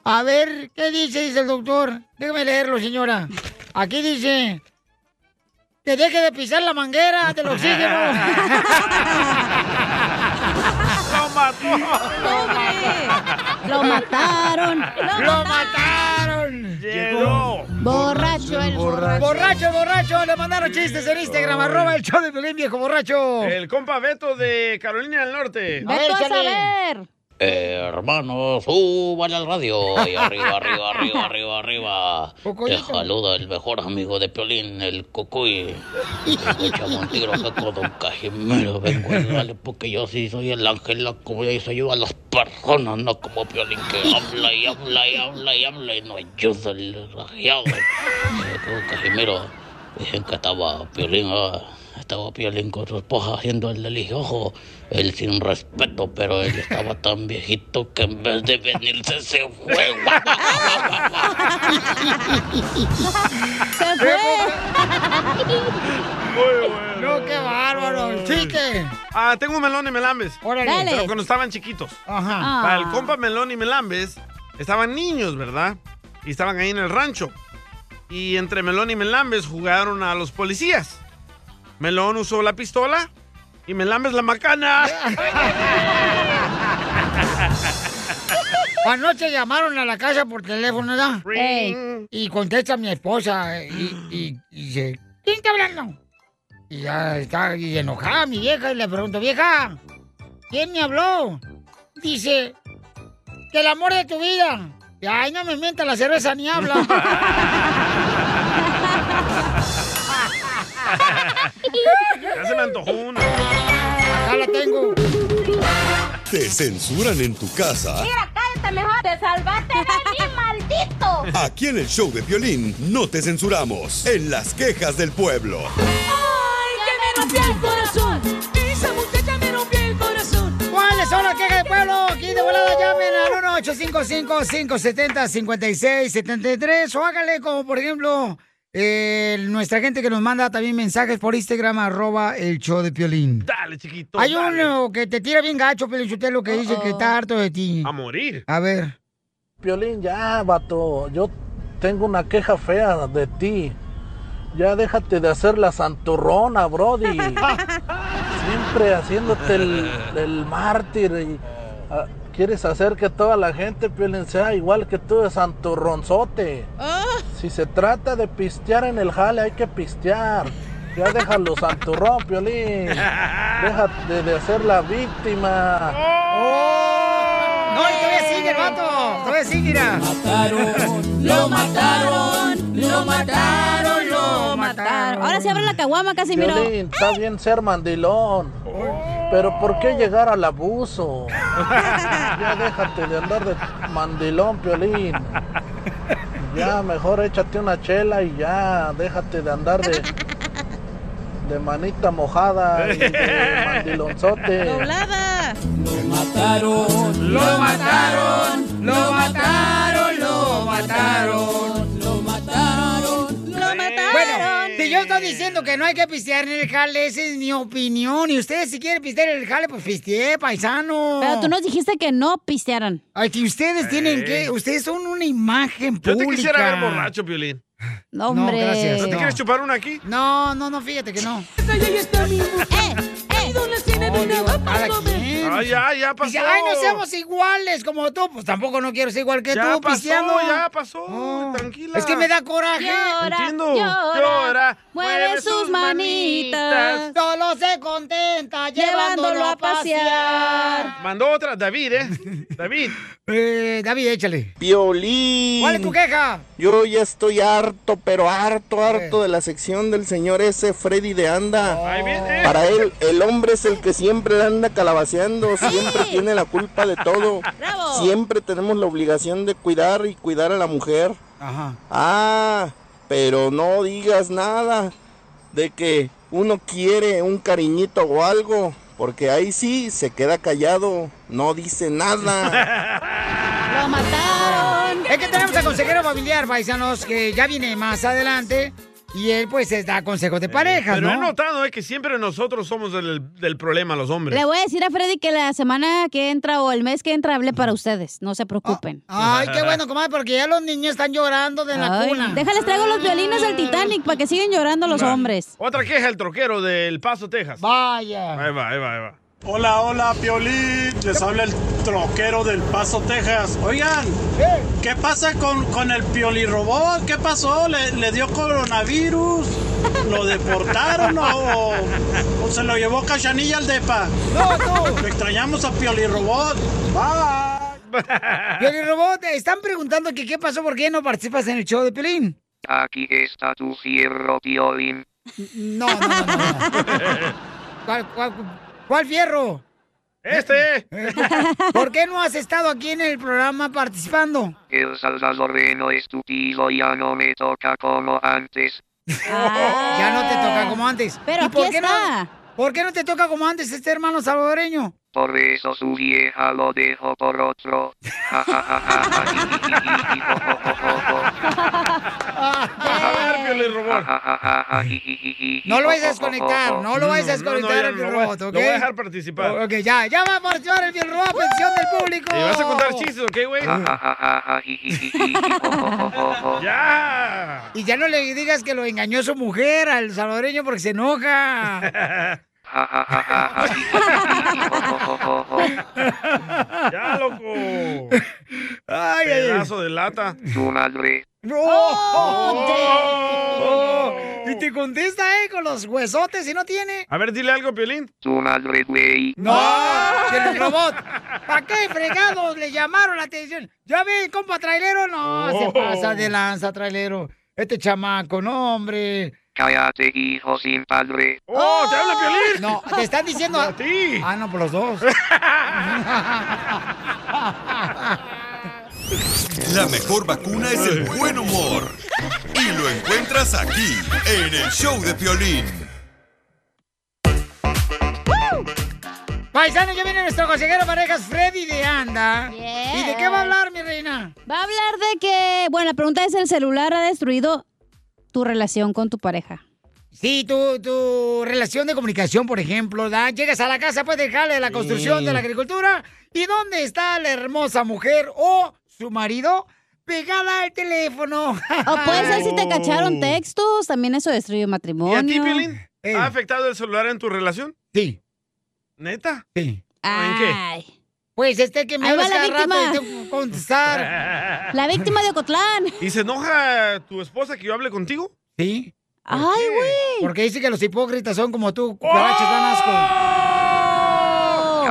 A ver, ¿qué dice? Dice el doctor. Déjame leerlo, señora. Aquí dice... ¡Que deje de pisar la manguera del oxígeno!
¡Lo mató!
Lo mataron.
¡Lo mataron!
Llegó.
Borracho el borracho.
Borracho, borracho. Le mandaron chistes en Instagram. Arroba el show de Pelín, viejo borracho.
El compa Beto de Carolina del Norte.
A ver, échale.
Eh, hermanos, suban al radio. Y arriba, arriba, arriba, arriba, arriba. Te saluda el mejor amigo de Piolín, el Cocuy. Échame un tiro acá con Don Cajimero. Vengo a ayudarle porque yo sí soy el ángel, la como yo se ayuda a las personas, no como Piolín que habla y habla y habla y habla y no ayuda el rajeado. Eh, con Cajimero, dicen que estaba Piolín, ah, estaba Piolín con su esposa haciendo el delicioso, él sin respeto, pero él estaba tan viejito que en vez de venirse se fue.
¡Se
fue! No, qué bárbaro. Chiste.
Ah, tengo un melón y melambes.
Órale. Dale. Ah.
Pero cuando estaban chiquitos.
Ajá.
Para el compa melón y melambes, estaban niños, ¿verdad? Y estaban ahí en el rancho. Y entre melón y melambes jugaron a los policías. Melón usó la pistola y melambes la macana.
Anoche llamaron a la casa por teléfono, ¿verdad? Ey, Y contesta mi esposa eh, y, y- y dice, ¿quién está hablando? Y ya está y enojada mi vieja y le pregunto, vieja, ¿quién me habló? Dice, que el amor de tu vida. Y, Ay, no me mienta la cerveza ni habla.
Ya se me antojó una.
Acá la tengo.
¿Te censuran en tu casa?
cállate mejor. Te salvaste de mí, maldito.
Aquí en el show de violín no te censuramos. En las quejas del pueblo.
Ay, que me rompió el corazón. Esa muchacha me rompió el corazón.
¿Cuáles son las quejas del pueblo? Aquí de volada llamen al 1-855-570-5673 o hágale como, por ejemplo, eh, nuestra gente que nos manda también mensajes por Instagram, arroba el show de Piolín.
Dale, chiquito.
Hay
dale.
uno que te tira bien gacho, Pelichotelo, que dice que está harto de ti.
A morir.
A ver.
Piolín, ya, vato, yo tengo una queja fea de ti. Ya déjate de hacer la santurrona, Brody. Siempre haciéndote el, el mártir y ah, quieres hacer que toda la gente, Piolín, sea igual que tú de santurronzote. Si se trata de pistear en el jale, hay que pistear. Ya déjalo santurrón, Piolín. Déjate de hacer la víctima.
No, y todavía sigue el vato. Todavía sigue, mira.
Lo mataron, lo mataron, lo mataron.
Ahora sí abre la caguama, Casimiro.
Piolín, está bien ser mandilón. Pero ¿por qué llegar al abuso? Ya déjate de andar de mandilón, Piolín. Ya mejor échate una chela y ya déjate de andar de de manita mojada y de mandilonzote.
Doblada.
mataron,
Lo mataron, lo mataron, lo
mataron,
lo mataron, lo mataron.
Bueno, si yo estoy diciendo que no hay que pistear en el jale, esa es mi opinión. Y ustedes si quieren pistear en el jale, pues pisteé, paisano.
Pero tú nos dijiste que no pistearan.
Ay, que ustedes tienen que... Ustedes son una imagen
Yo te
pública.
quisiera ver borracho, Piolín.
No, hombre. gracias.
¿No te
No.
quieres chupar una aquí?
No, no, no, fíjate que no. Eh,
Ay, ya, ya pasó.
Dice, ay, no seamos iguales como tú. Pues tampoco no quiero ser igual que
Ya
tú,
pasó,
pisteando.
ya pasó, tranquila.
Es que me da coraje.
Llora,
Entiendo.
llora,
Llora,
mueve sus manitas.
Solo se contenta
llevándolo a pasear.
Mandó otra, David, ¿eh? David.
Eh, David, échale.
Violín.
¿Cuál es tu queja?
Yo ya estoy harto, pero harto, harto de la sección del señor ese Freddy de
Oh.
Anda. Para él, el hombre es el que siempre anda calabaceando, siempre tiene la culpa de todo. Siempre tenemos la obligación de cuidar y cuidar a la mujer.
Ajá.
Ah, pero no digas nada de que uno quiere un cariñito o algo, porque ahí sí se queda callado, no dice nada.
Lo mataron.
Es que tenemos a consejero familiar, paisanos, que ya viene más adelante. Y él, pues, les da consejos de pareja,
Pero he
¿no?
notado es que siempre nosotros somos el del problema, los hombres.
Le voy a decir a Freddy que la semana que entra o el mes que entra hablé para ustedes. No se preocupen.
Ah, Ay, qué bueno, comadre, porque ya los niños están llorando de la
Ay,
cuna.
Déjales traigo los violines del Titanic para que sigan llorando los
Va.
hombres.
Otra queja, el troquero del Paso, Texas.
Vaya.
Ahí va, ahí va, ahí va.
Hola, hola, Piolín. Les habla el troquero del Paso, Texas. Oigan, ¿qué pasa con, con el Piolirobot? ¿Qué pasó? ¿Le, le dio coronavirus? ¿Lo deportaron o, o se lo llevó Cachanilla al depa? No, no. Lo extrañamos a Piolirobot.
Piolín Robot, están preguntando que qué pasó, por qué no participas en el show de Pelín.
Aquí está tu fierro, Piolín.
No, no, no. no. ¿Cuál, cuál, cuál fierro?
Este.
¿Por qué no has estado aquí en el programa participando?
El salvadoreño estúpido ya no me toca como antes.
Ya no te toca como antes.
Pero
¿Y por
aquí
qué no? ¿Por qué no te toca como antes este hermano salvadoreño?
Por eso su vieja lo dejo por otro. Ja, ja, ja, ja, ja, ji, ji, ji, ji, jo, jo, jo, jo, jo. Ja, ja, ja, ja, ja, ji, ji, ji, ji, ji,
No lo
jo,
vayas
jo,
a
jo,
desconectar,
jo.
no lo vayas a desconectar
ya
al
no, lo
robot,
voy-
¿ok?
Lo voy a dejar participar.
Ok, ya, ya va a participar el Piel
Uh.
Robot, atención del público.
Y vas a contar chistes, ¿ok, güey?
Ja, ja, ja, ja, ja, ji, ji, ji, ji, ji, jo, jo, jo, jo, jo.
Ah. Y ya no le digas que lo engañó su mujer al salvadoreño porque se enoja.
Ja, ja, ja, ja, ja, ji, ji, ji, ji, jo, jo, jo, jo, jo.
Ya, loco.
Ay, ay, ay.
Pedazo de lata.
Tu madre.
¡No! Oh. Y te contesta, ¿eh? Con los huesotes y no tiene.
A ver, dile algo, Piolín.
Tu madre, güey.
Que el robot. ¿Para qué fregados le llamaron la atención? Ya ve, compa trailero, no,
Oh.
se pasa de lanza, trailero. Este chamaco, no, hombre.
Cállate, hijo sin padre.
¡Oh, te habla Piolín! No, te están diciendo... A ti. Ah, no, por los dos.
La mejor vacuna es el buen humor. Y lo encuentras aquí, en el show de Piolín.
Paisano, ya viene nuestro consejero de parejas, Freddy de Anda.
Yeah.
¿Y de qué va a hablar, mi reina?
Va a hablar de que, bueno, la pregunta es, ¿el celular ha destruido tu relación con tu pareja?
Sí, tu, tu relación de comunicación, por ejemplo, ¿verdad? Llegas a la casa, puedes dejarle de la construcción, de la agricultura. ¿Y dónde está la hermosa mujer o su marido pegada al teléfono?
O puede ser si te cacharon textos, también eso destruye un
Oh. ¿Y
matrimonio.
a ti, Piolín? ¿Ha afectado el celular en tu relación?
Eh. Sí.
¿Neta?
Sí.
¿En qué?
Pues este que me
Ahí va
hablas
la
cada rato y
víctima.
tengo que contestar.
La víctima de Ocotlán.
¿Y se enoja tu esposa que yo hable contigo?
Sí.
Ay, güey.
Porque dice que los hipócritas son como tú, cucarachas dan asco.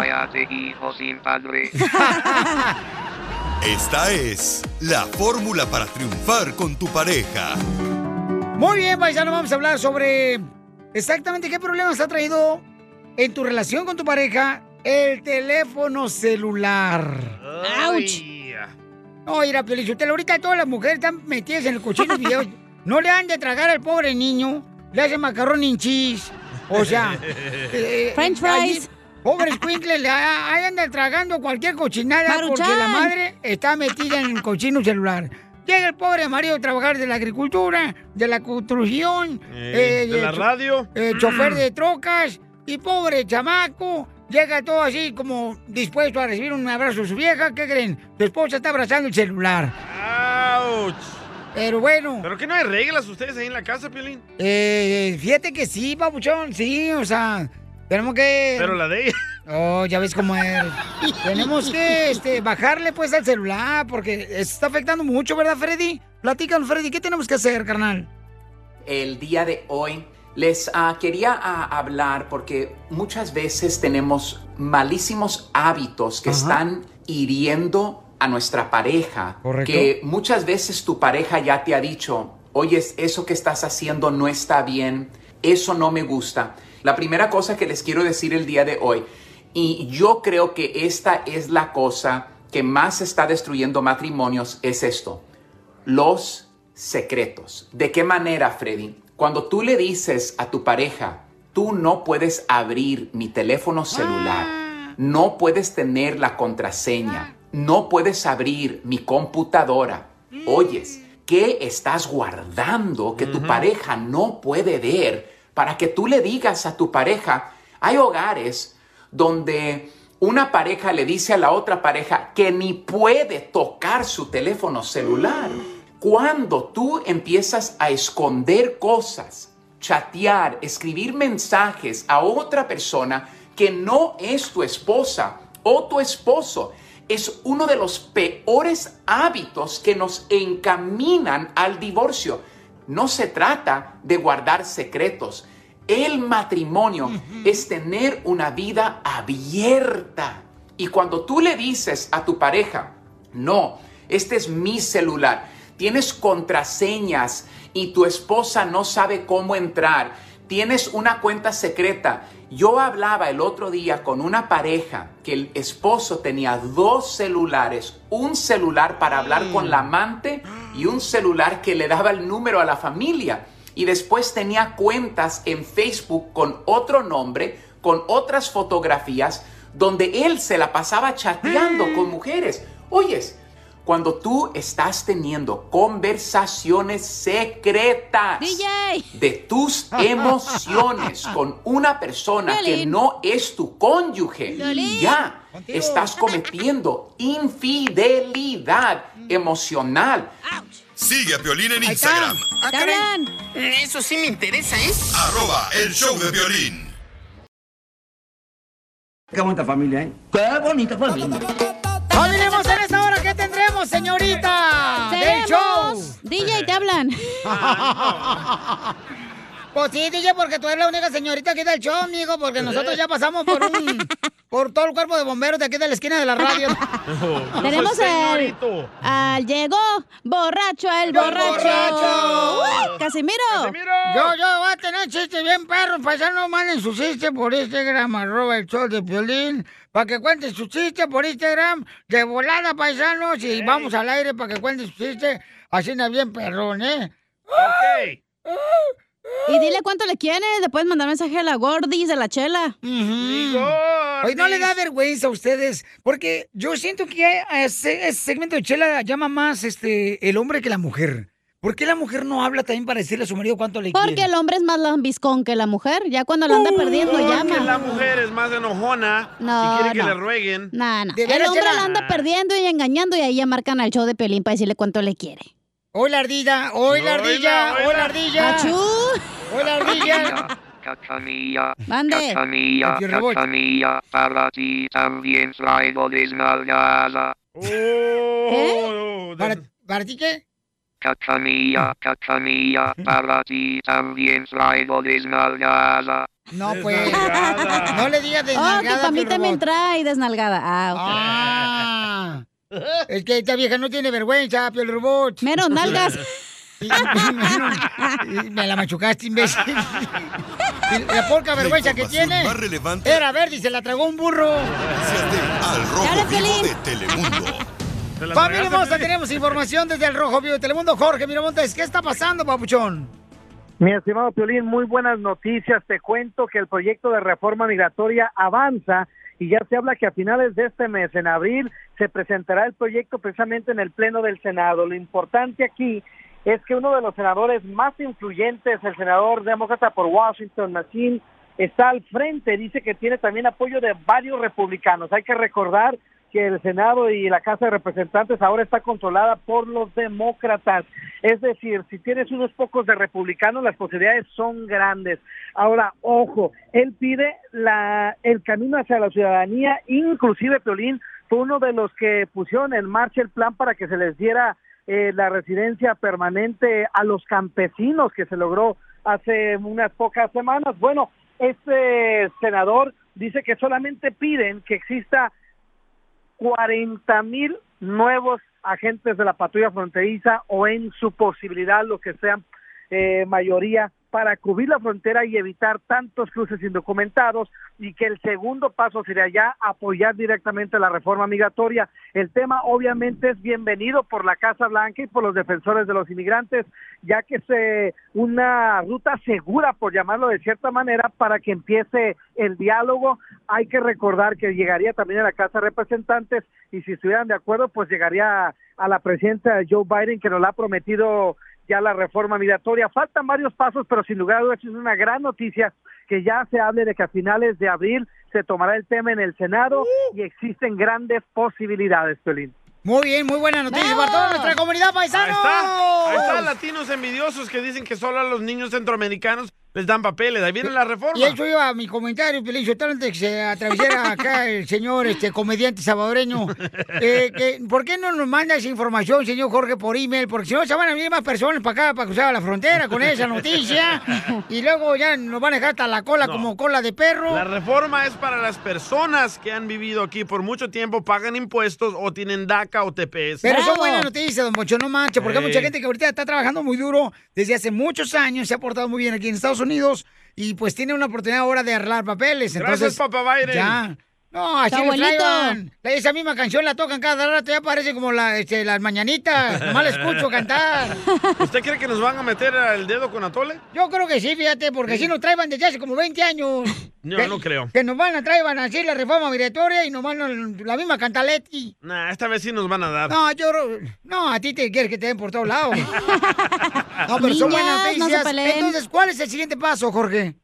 Cállate, hijo sin padre.
Esta es la fórmula para triunfar con tu pareja.
Muy bien, paisano, vamos a hablar sobre exactamente qué problemas ha traído en tu relación con tu pareja el teléfono celular. ¡Auch! No, mira, Piolichotelo, ahorita todas las mujeres están metidas en el cochino video. No le han de tragar al pobre niño, le hacen macarrón en cheese. O sea, eh,
French fries.
Pobre Squinkle, le a- ahí anda tragando cualquier cochinada porque
Maruchan.
la madre está metida en el cochino celular. Llega el pobre marido a trabajar de la agricultura, de la construcción,
Eh, de la
cho-
radio.
eh, chofer de trocas y pobre chamaco. Llega todo así como dispuesto a recibir un abrazo de su vieja. ¿Qué creen? Su esposa está abrazando el celular.
¡Auch!
Pero bueno.
¿Pero qué no hay reglas ustedes ahí en la casa, Piolín?
Eh, fíjate que sí, papuchón, sí, o sea, tenemos que...
Pero la de ella.
Oh, ya ves cómo es. tenemos que este, bajarle pues al celular porque eso está afectando mucho, ¿verdad, Freddy? Platícanos, Freddy, ¿qué tenemos que hacer, carnal?
el día de hoy les ah, quería ah, hablar porque muchas veces tenemos malísimos hábitos que están hiriendo a nuestra pareja.
Correcto.
Que muchas veces tu pareja ya te ha dicho, oye, eso que estás haciendo no está bien, eso no me gusta. La primera cosa que les quiero decir el día de hoy, y yo creo que esta es la cosa que más está destruyendo matrimonios, es esto los secretos. ¿De qué manera, Freddy? Cuando tú le dices a tu pareja, tú no puedes abrir mi teléfono celular, no puedes tener la contraseña, no puedes abrir mi computadora.
Mm.
Oyes, ¿qué estás guardando que tu pareja no puede ver para que tú le digas a tu pareja? Hay hogares donde una pareja le dice a la otra pareja que ni puede tocar su teléfono celular. Cuando tú empiezas a esconder cosas, chatear, escribir mensajes a otra persona que no es tu esposa o tu esposo, es uno de los peores hábitos que nos encaminan al divorcio. No se trata de guardar secretos. El matrimonio es tener una vida abierta. Y cuando tú le dices a tu pareja, no, este es mi celular, tienes contraseñas y tu esposa no sabe cómo entrar, tienes una cuenta secreta. Yo hablaba el otro día con una pareja que el esposo tenía dos celulares, un celular para hablar con la amante y un celular que le daba el número a la familia y después tenía cuentas en Facebook con otro nombre, con otras fotografías, donde él se la pasaba chateando con mujeres. Oyes, cuando tú estás teniendo conversaciones secretas de tus emociones con una persona que Violín. no es tu cónyuge, Violín. ya Contigo. estás cometiendo infidelidad emocional.
Sigue a Piolín en Instagram,
Ah, Eso sí me interesa, ¿eh?
arroba el show de Piolín.
Qué bonita familia, ¿eh? Qué bonita familia.
¡Familia hermosa, en esta hora, ¿qué tendremos
hablan.
Pues sí, DJ, porque tú eres la única señorita que da el show, amigo, porque nosotros ya pasamos por un... Por todo el cuerpo de bomberos de aquí de la esquina de la radio.
pues,
Tenemos al, al llegó borracho, el borracho. ¡Uy, ¡Casimiro!
Yo, yo voy a tener chistes bien perros, paisano, manden su chiste por Instagram, arroba el show de Piolín, para que cuente su chiste por Instagram, de volada, paisanos, y vamos al aire para que cuente su chiste, así no bien perrón, ¿eh?
Ok. Y dile cuánto le quieres, después mandar mensaje a la Gordis, a la Chela.
Hoy no le da vergüenza a ustedes, porque yo siento que a ese, ese segmento de Chela llama más este el hombre que la mujer. ¿Por qué la mujer no habla también para decirle a su marido cuánto le
Porque
quiere?
el hombre es más lambiscón que la mujer. Ya cuando lo anda perdiendo,
Porque
llama.
la mujer es más enojona
No,
y quiere
no.
que le rueguen.
No, no.
¿De
El
veras,
hombre
Chela?
la anda perdiendo y engañando y ahí ya marcan al show de Pelín para decirle cuánto le quiere.
Hoy la ardilla, hoy la ardilla, hoy la ardilla.
Achú.
Hoy la ardilla.
Cachanilla,
Mande.
cachanilla,
Aquí, rebote.
cachanilla, para ti también traigo desnalgada.
¿Eh? ¿Para, ¿Para ti qué?
Cachanilla, cachanilla, para ti también traigo desnalgada.
No, pues. No le digas
Oh, que
desnalgada.
para mí
Piolín.
también trae desnalgada. Ah, ok.
Ah. Es que esta vieja no tiene vergüenza, Piel Robot.
Menos nalgas.
Me la machucaste, imbécil. La poca vergüenza que tiene.
más relevante.
Era verde y se la tragó un burro.
Al rojo vivo de Telemundo.
Familia hermosa, tenemos información desde el Rojo Vivo de Telemundo. Jorge Miramontes, ¿qué está pasando, papuchón?
Mi estimado Piolín, muy buenas noticias. Te cuento que el proyecto de reforma migratoria avanza y ya se habla que a finales de este mes, en abril, se presentará el proyecto precisamente en el Pleno del Senado. Lo importante aquí es que uno de los senadores más influyentes, el senador demócrata por Washington, Machín, está al frente. Dice que tiene también apoyo de varios republicanos. Hay que recordar que el Senado y la Casa de Representantes ahora está controlada por los demócratas. Es decir, si tienes unos pocos de republicanos, las posibilidades son grandes. Ahora, ojo, él pide la, el camino hacia la ciudadanía, inclusive Peolín fue uno de los que pusieron en marcha el plan para que se les diera eh, la residencia permanente a los campesinos que se logró hace unas pocas semanas. Bueno, este senador dice que solamente piden que exista 40 mil nuevos agentes de la patrulla fronteriza o en su posibilidad los que sean eh, mayoría para cubrir la frontera y evitar tantos cruces indocumentados y que el segundo paso sería ya apoyar directamente la reforma migratoria. El tema obviamente es bienvenido por la Casa Blanca y por los defensores de los inmigrantes, ya que es una ruta segura, por llamarlo de cierta manera, para que empiece el diálogo. Hay que recordar que llegaría también a la Casa de Representantes y si estuvieran de acuerdo, pues llegaría a la presidencia de Joe Biden, que nos la ha prometido ya la reforma migratoria. Faltan varios pasos, pero sin lugar a dudas es una gran noticia que ya se hable de que a finales de abril se tomará el tema en el Senado y existen grandes posibilidades, Piolín.
Muy bien, muy buena noticia para toda nuestra comunidad
Ahí
paisanos.
está, ahí está, latinos envidiosos que dicen que solo a los niños centroamericanos les dan papeles. Ahí viene la reforma.
Y eso iba a mi comentario, Pelín, Sotelo, antes de que se atravesara acá el señor este comediante salvadoreño. Eh, que, ¿Por qué no nos manda esa información, señor Jorge, por email? Porque si no, se van a venir más personas para acá, para cruzar la frontera con esa noticia. Y luego ya nos van a dejar hasta la cola
No.
como cola de perro.
La reforma es para las personas que han vivido aquí por mucho tiempo, pagan impuestos o tienen DACA o TPS.
Pero son buenas noticias, don Poncho, no manches, porque hay
Ey.
mucha gente que ahorita está trabajando muy duro desde hace muchos años, se ha portado muy bien aquí en Estados Unidos y pues tiene una oportunidad ahora de arreglar papeles.
Gracias,
Entonces,
papá Biden.
Ya. No, así
Tu
le
abuelito.
traigan. La- Esa misma canción la tocan cada rato, ya parece como la, este, las mañanitas. Mal escucho cantar.
¿Usted cree que nos van a meter el dedo con Atole?
Yo creo que sí, fíjate, porque así nos traían desde hace como 20 años.
No,
Que-
no creo.
Que nos van a traer, van a hacer la reforma migratoria y nos van a la misma cantaletti.
Nah, esta vez sí nos van a dar.
No, yo. No, a ti te quieres que te den por todos lados. No, pero son
Niñas,
buenas
no se
noticias.
peleen.
Entonces, ¿cuál es el siguiente paso, Jorge?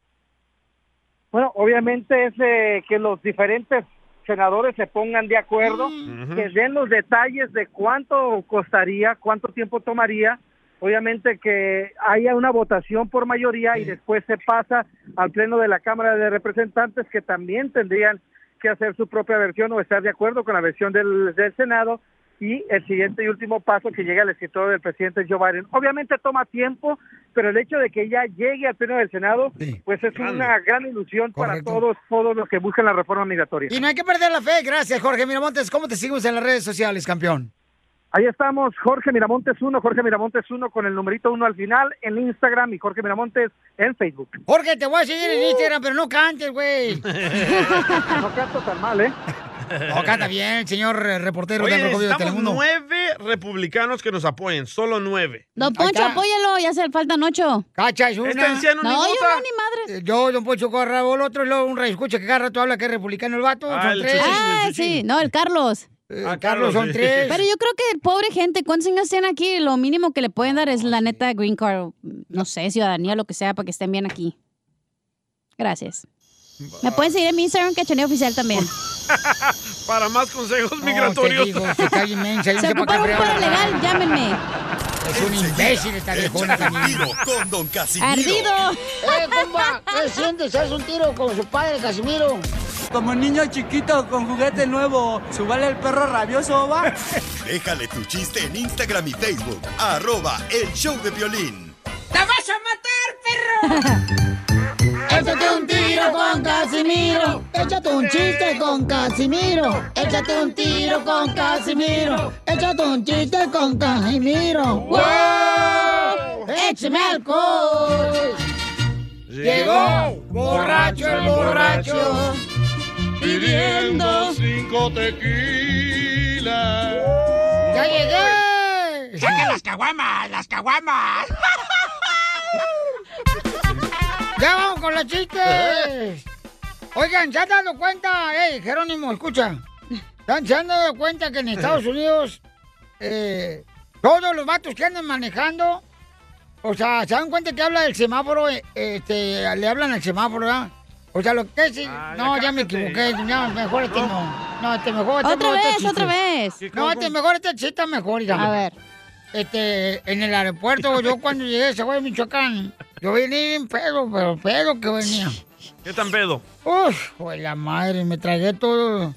Bueno, obviamente es eh, que los diferentes senadores se pongan de acuerdo,
Mm.
que den los detalles de cuánto costaría, cuánto tiempo tomaría. Obviamente que haya una votación por mayoría y después se pasa al pleno de la Cámara de Representantes que también tendrían que hacer su propia versión o estar de acuerdo con la versión del, del Senado y el siguiente y último paso que llega al escritorio del presidente Joe Biden. Obviamente toma tiempo, pero el hecho de que ella llegue al pleno del Senado, pues es una gran ilusión para todos, todos los que buscan la reforma migratoria.
Y no hay que perder la fe. Gracias, Jorge Miramontes. ¿Cómo te seguimos en las redes sociales, campeón?
Ahí estamos, Jorge Miramontes 1, Jorge Miramontes 1 con el numerito 1 al final en Instagram y Jorge Miramontes en Facebook.
Jorge, te voy a seguir en Instagram, pero no cantes, güey.
no canto tan mal, ¿eh?
No canta bien, señor eh, reportero
Oye,
de Rocovio de
necesitamos
Telemundo.
nueve republicanos que nos apoyen, solo nueve.
Don Poncho, apóyalo, ya se faltan ocho.
Cacha, es
Esta
una.
anciana
no No, yo
vota.
no, ni
madre. Eh, Yo, Don Poncho, corrabo el otro, y luego un escucha que cada rato habla que es republicano el vato.
Ah,
son
el
tres.
Chuchín, el Ah, sí, no, el Carlos.
Ah, Carlos, son tres.
Pero yo creo que, pobre gente, ¿cuántos años tienen aquí? Lo mínimo que le pueden dar es la neta green card, no sé, ciudadanía, lo que sea, para que estén bien aquí. Gracias. Me pueden seguir en mi Instagram, cachaneo oficial también.
Para más consejos
te
migratorios.
digo, se cae inmensa, yo no Se sé para qué ocupa un fregado la paralegal, agarraron. llámenme. Es un imbécil esta viejona también.
Con Don Casimiro.
¡Eh, compa! ¿Qué sientes? ¿Haz un tiro con su padre, Casimiro?
Como niño chiquito con juguete nuevo, subale el perro rabioso, va.
Déjale tu chiste en Instagram y Facebook. Arroba El Show de Violín.
¡Te vas a matar, perro!
Échate un tiro con Casimiro. Échate un chiste con Casimiro. Échate un tiro con Casimiro. Échate un chiste con Casimiro. ¡Wow! ¡Échame alcohol!
Llegó borracho el borracho pidiendo cinco tequilas.
¡Ya
llegué!
¡Saca las caguamas, las caguamas!
¡Ya vamos con los chistes! Oigan, ¿se han dado cuenta? ¡Ey, Jerónimo, escucha! ¿Se han- ¿Se han dado cuenta que en Estados Unidos eh, todos los vatos que andan manejando, o sea, ¿se dan cuenta que habla del semáforo? eh, Este, le hablan al semáforo, ¿verdad? O sea, lo que es...
Ah,
no, ya me equivoqué. No, mejor este no. No, este mejor este
Otra
mejor este
vez,
chiste.
otra vez.
No, este mejor este chiste está mejor, ya.
A ver.
Este, en el aeropuerto, yo cuando llegué ese güey de Michoacán, yo venía en pedo, pero pedo que venía.
¿Qué tan pedo?
Uf, pues la madre, me tragué todo,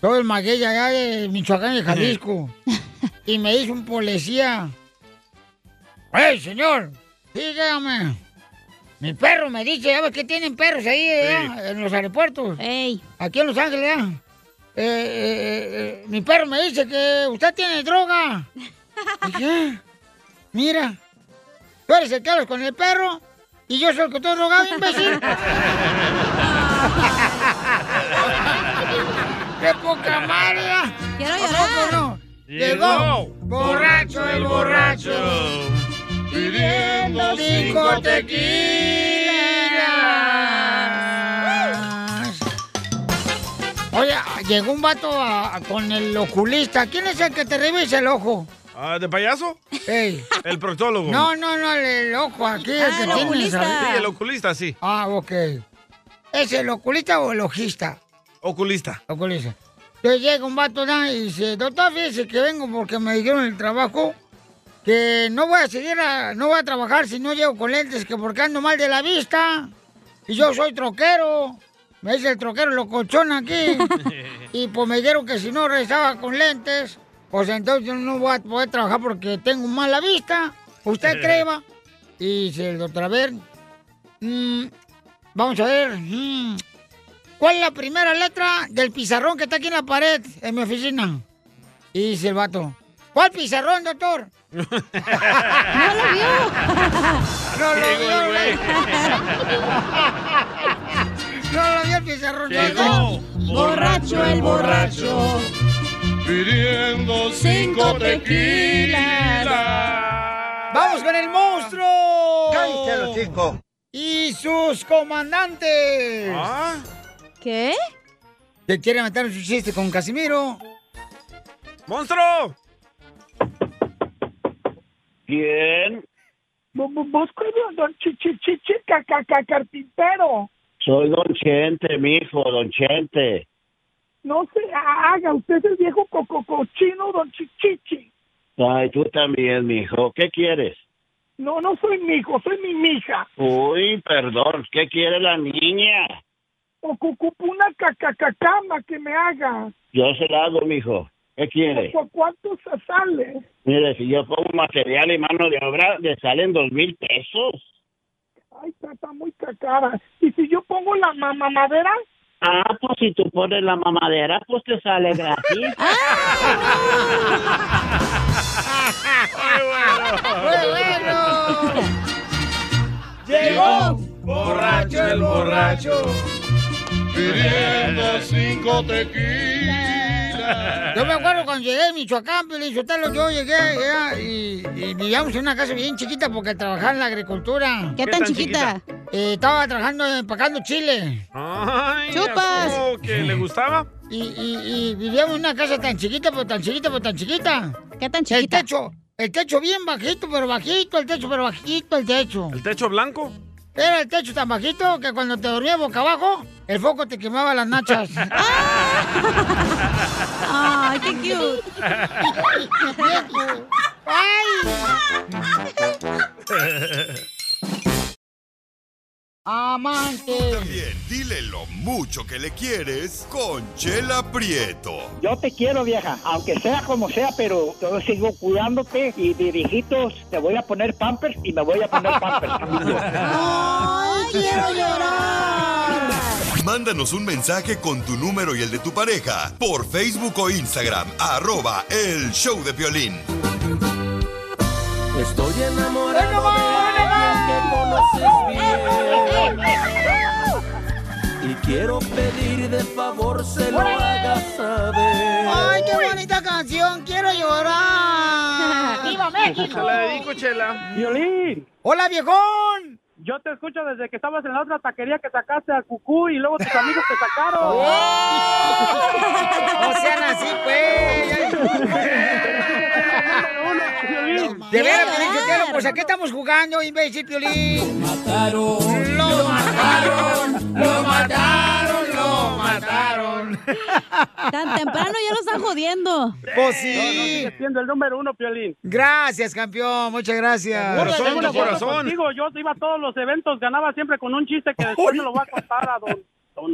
todo el maguey allá de Michoacán y Jalisco. y me hizo un policía. ¡Ey, señor! Dígame. Mi perro me dice, ya ves que tienen perros ahí ¿verdad? en los aeropuertos. Aquí en Los Ángeles, ¿verdad? Eh, eh, eh, eh, mi perro me dice que usted tiene droga. Dije, "Ah, Mira, tú eres el que hablas con el perro y yo soy el que estoy drogado, imbécil. ¡Qué poca madre! ¿verdad?
Quiero
¿A
llorar.
poco no?
Llegó
Llegó borracho el borracho
pidiendo cinco tequilas.
Oye, llegó un vato a- a- con el oculista. ¿Quién es el que te revisa el ojo?
Ah, ¿De payaso? El proctólogo.
No, no, no, el, el ojo aquí,
Ah,
Ah, el que tiene
Sí, el oculista, sí.
Ah, ok. ¿Es el oculista o el ojista?
Oculista.
Oculista. Entonces llega un vato ¿no? y dice, doctor, fíjese que vengo porque me dijeron en el trabajo que no voy a seguir, a- no voy a trabajar si no llego con lentes, que porque ando mal de la vista. Y yo soy troquero. Me dice el troquero locochón aquí. y pues me dijeron que si no regresaba con lentes, pues entonces no voy a poder trabajar porque tengo mala vista. ¿Usted cree, va? Y dice el doctor, a ver, mm, vamos a ver, mm, ¿cuál es la primera letra del pizarrón que está aquí en la pared en mi oficina? Y dice el vato, ¿cuál pizarrón, doctor?
¡No lo vio!
No lo
Llegó el
vio,
güey.
No lo vio el pizarrón.
Llegó borracho el borracho pidiendo cinco tequilas.
¡Vamos con el monstruo!
Cállate el
chicos! ¡Y sus comandantes! ¿Qué? ¿Te quiere meter en su chiste con Casimiro?
¡Monstruo!
¿Quién? Busco don, don chi- chi- chi- chi- ca- ca- ca- carpintero.
Soy Don Chente, mijo, Don Chente.
No se haga, usted es el viejo coco cochino, don Chichichi.
Ay, tú también, mijo. ¿Qué quieres?
No, no soy mi hijo, soy mi mija.
Uy, perdón. ¿Qué quiere la niña?
Ocupo una cacacacama que me haga.
Yo se la hago, mijo. ¿Qué quiere?
¿Por cuánto se sale?
Mire, si yo pongo material y mano de obra, le salen dos mil pesos.
Ay, está, está muy cacara. ¿Y si yo pongo la ma- mamadera?
Ah, pues si tú pones la mamadera, pues te sale gratis.
Llegó borracho el borracho pidiendo cinco tequilas.
Yo me acuerdo cuando llegué a Michoacán, Piolín Sotelo, yo llegué allá y, y vivíamos en una casa bien chiquita porque trabajaba en la agricultura.
¿Qué tan tan chiquita?
Eh, estaba trabajando empacando chile.
Ay,
¡Chupas!
¿a poco que le gustaba?
Y, y- y vivíamos en una casa tan chiquita, pero tan chiquita, pero tan chiquita.
¿Qué tan chiquita?
El techo, el techo bien bajito, pero bajito, el techo, pero bajito, el techo.
¿El techo blanco?
Era el techo tan bajito que cuando te dormías boca abajo, el foco te quemaba las nachas.
Ah. ¡Ay, qué cute!
Amante.
Dile lo mucho que le quieres con Chela Prieto.
Yo te quiero, vieja, aunque sea como sea, pero yo sigo cuidándote y de viejitos te voy a poner pampers y me voy a poner pampers.
¡Ay, quiero llorar!
Mándanos un mensaje con tu número y el de tu pareja por Facebook o Instagram, arroba el show de violín.
Estoy enamorado de alguien que conoces bien Y quiero pedir de favor se lo hagas saber
¡Ay, qué bonita canción! ¡Quiero llorar!
¡Viva México! Se la dedico,
Chela.
Violín.
¡Hola, viejón!
Yo te escucho desde que estabas en la otra taquería que sacaste a Cucú y luego tus amigos te sacaron.
¡No sean Oh. así, pues! De veras, Piolín Sotelo, pues ¿a qué estamos jugando, imbécil, Piolín? Lo mataron, lo mataron, lo mataron, lo mataron.
Tan temprano ya lo están jodiendo.
Pues sí.
No, no, sigue siendo el número uno, Piolín.
Gracias, campeón, muchas gracias.
Tengo una foto contigo, yo iba a todos los eventos, ganaba siempre con un chiste que después me lo voy a contar a don... don-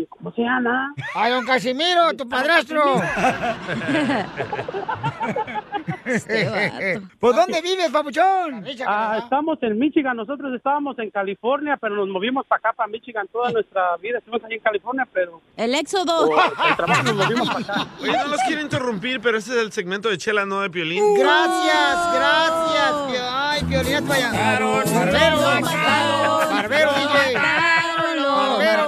¿Cómo se llama?
A don Casimiro, tu padrastro. Este ¿Por dónde vives, papuchón?
Este Ah, estamos en Michigan, nosotros estábamos en California, pero nos movimos para acá, para Michigan, toda nuestra vida estuvimos allí en California, pero...
El éxodo.
el trabajo nos movimos para acá.
Oye, no los quiero interrumpir, pero este es el segmento de Chela, no de Piolín.
Gracias, gracias. Pio- Ay, Piolín, vaya. Barbero, Barbero, DJ. Barbero.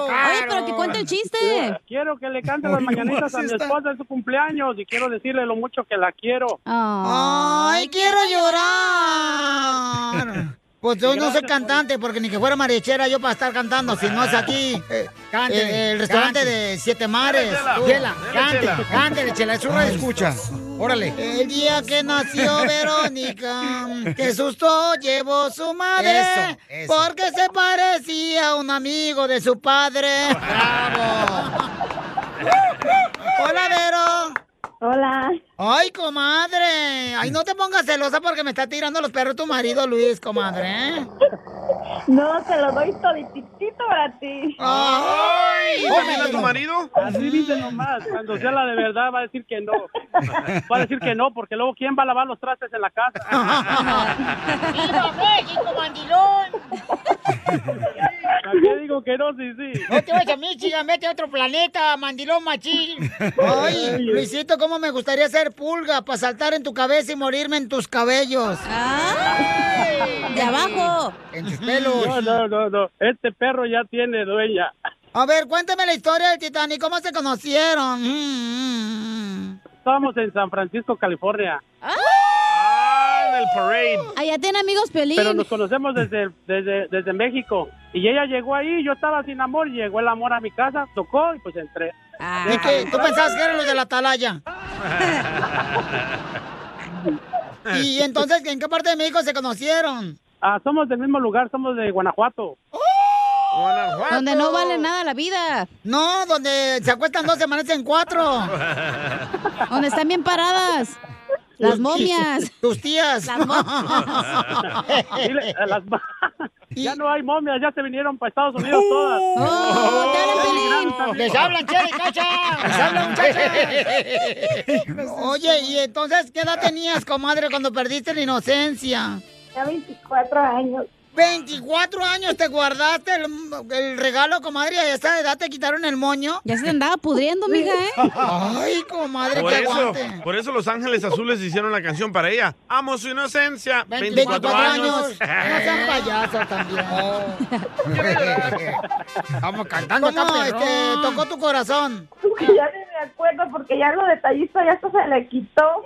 Oye, pero que cuente el chiste. Quiero que le cante las mañanitas a mi esposa en su cumpleaños y quiero decirle lo mucho que la quiero.
Ay, quiero llorar. Pues yo no soy cantante, porque ni que fuera marichera yo para estar cantando, si no es aquí. eh,
Cántele,
eh, el restaurante
cántele.
de Siete Mares.
Dale, Chela, dale,
Chela, cántele,
Chela.
cántele, Chela, es una escucha. Órale.
El día que nació Verónica, qué susto llevó su madre,
Eso, eso.
porque se parecía a un amigo de su padre. ¡Bravo!
Hola, Vero. Hola. Ay, comadre. Ay, no te pongas celosa porque me está tirando los perros tu marido Luis, comadre. ¿eh?
No, se lo doy toditito para ti.
¡Ay!
¿También
a tu marido? Así dice nomás. Cuando sea la de verdad, va a decir que no. Va a decir que no, porque luego, ¿quién va a lavar los trastes en la casa?
¡Viva México, mandilón!
¿A qué digo que no? Sí, sí.
No te vayas a Michigan, vete a otro planeta, mandilón machín. Ay, Luisito, cómo me gustaría ser pulga para saltar en tu cabeza y morirme en tus cabellos. Ah,
de abajo.
En tus pelos.
No, no, no, no. Este perro ya tiene dueña.
A ver, cuéntame la historia del Titanic, ¿cómo se conocieron? Mm.
Estábamos en San Francisco, California.
Ah, en el parade.
Allá tiene amigos Pelín. Pero nos conocemos desde, desde, desde México. Y ella llegó ahí, yo estaba sin amor, llegó el amor a mi casa, tocó y pues entré.
¿Y qué? ¿Tú pensabas que eran los de la atalaya? Y entonces, ¿en qué parte de México se conocieron?
Ah, somos del mismo lugar, somos de Guanajuato.
Donde no vale nada la vida. No, donde se acuestan dos, se amanecen cuatro. Donde están bien paradas.
Las momias.
Tus tías.
Las momias.
Dile, a las ma- Ya no hay momias, ya se vinieron para Estados Unidos todas. Oh,
¡Les hablan, che, cacha! ¡Les hablan, muchachas! Oye, ¿y entonces qué edad tenías, comadre, cuando perdiste la inocencia? Ya 24 años. ¿24 años te guardaste el, el regalo, comadre? ¿Y a esa edad te quitaron el moño?
Ya se te andaba pudriendo, mija, ¿eh?
Ay, comadre,
Por
que
eso,
aguante.
por eso Los Ángeles Azules hicieron la canción para ella. Amo su inocencia. 24,
24 años.
años.
No sean payasos también.
Vamos
cantando, ¿Cómo
está
este,
perrón.
tocó tu corazón?
Ya ni me acuerdo porque ya lo detallista ya hasta se le quitó.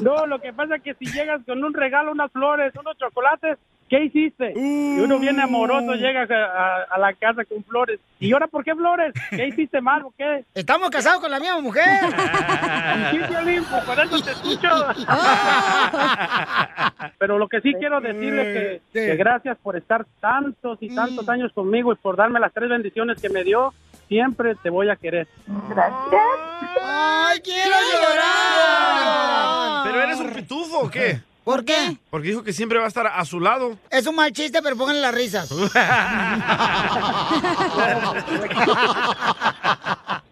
No, lo que pasa es que si llegas con un regalo, unas flores, unos chocolates, ¿qué hiciste? Y uno viene amoroso, llegas a, a- a la casa con flores. ¿Y ahora por qué flores? ¿Qué hiciste mal o qué?
Estamos casados con la misma mujer.
Sí, Piolín, pues para eso te escucho. Pero lo que sí quiero decirle que, que gracias por estar tantos y tantos años conmigo y por darme las tres bendiciones que me dio. Siempre te voy a querer.
¡Ay, quiero llorar!
¿Pero eres un pitufo o qué?
¿Por qué?
Porque dijo que siempre va a estar a su lado.
Es un mal chiste, pero pónganle las risas.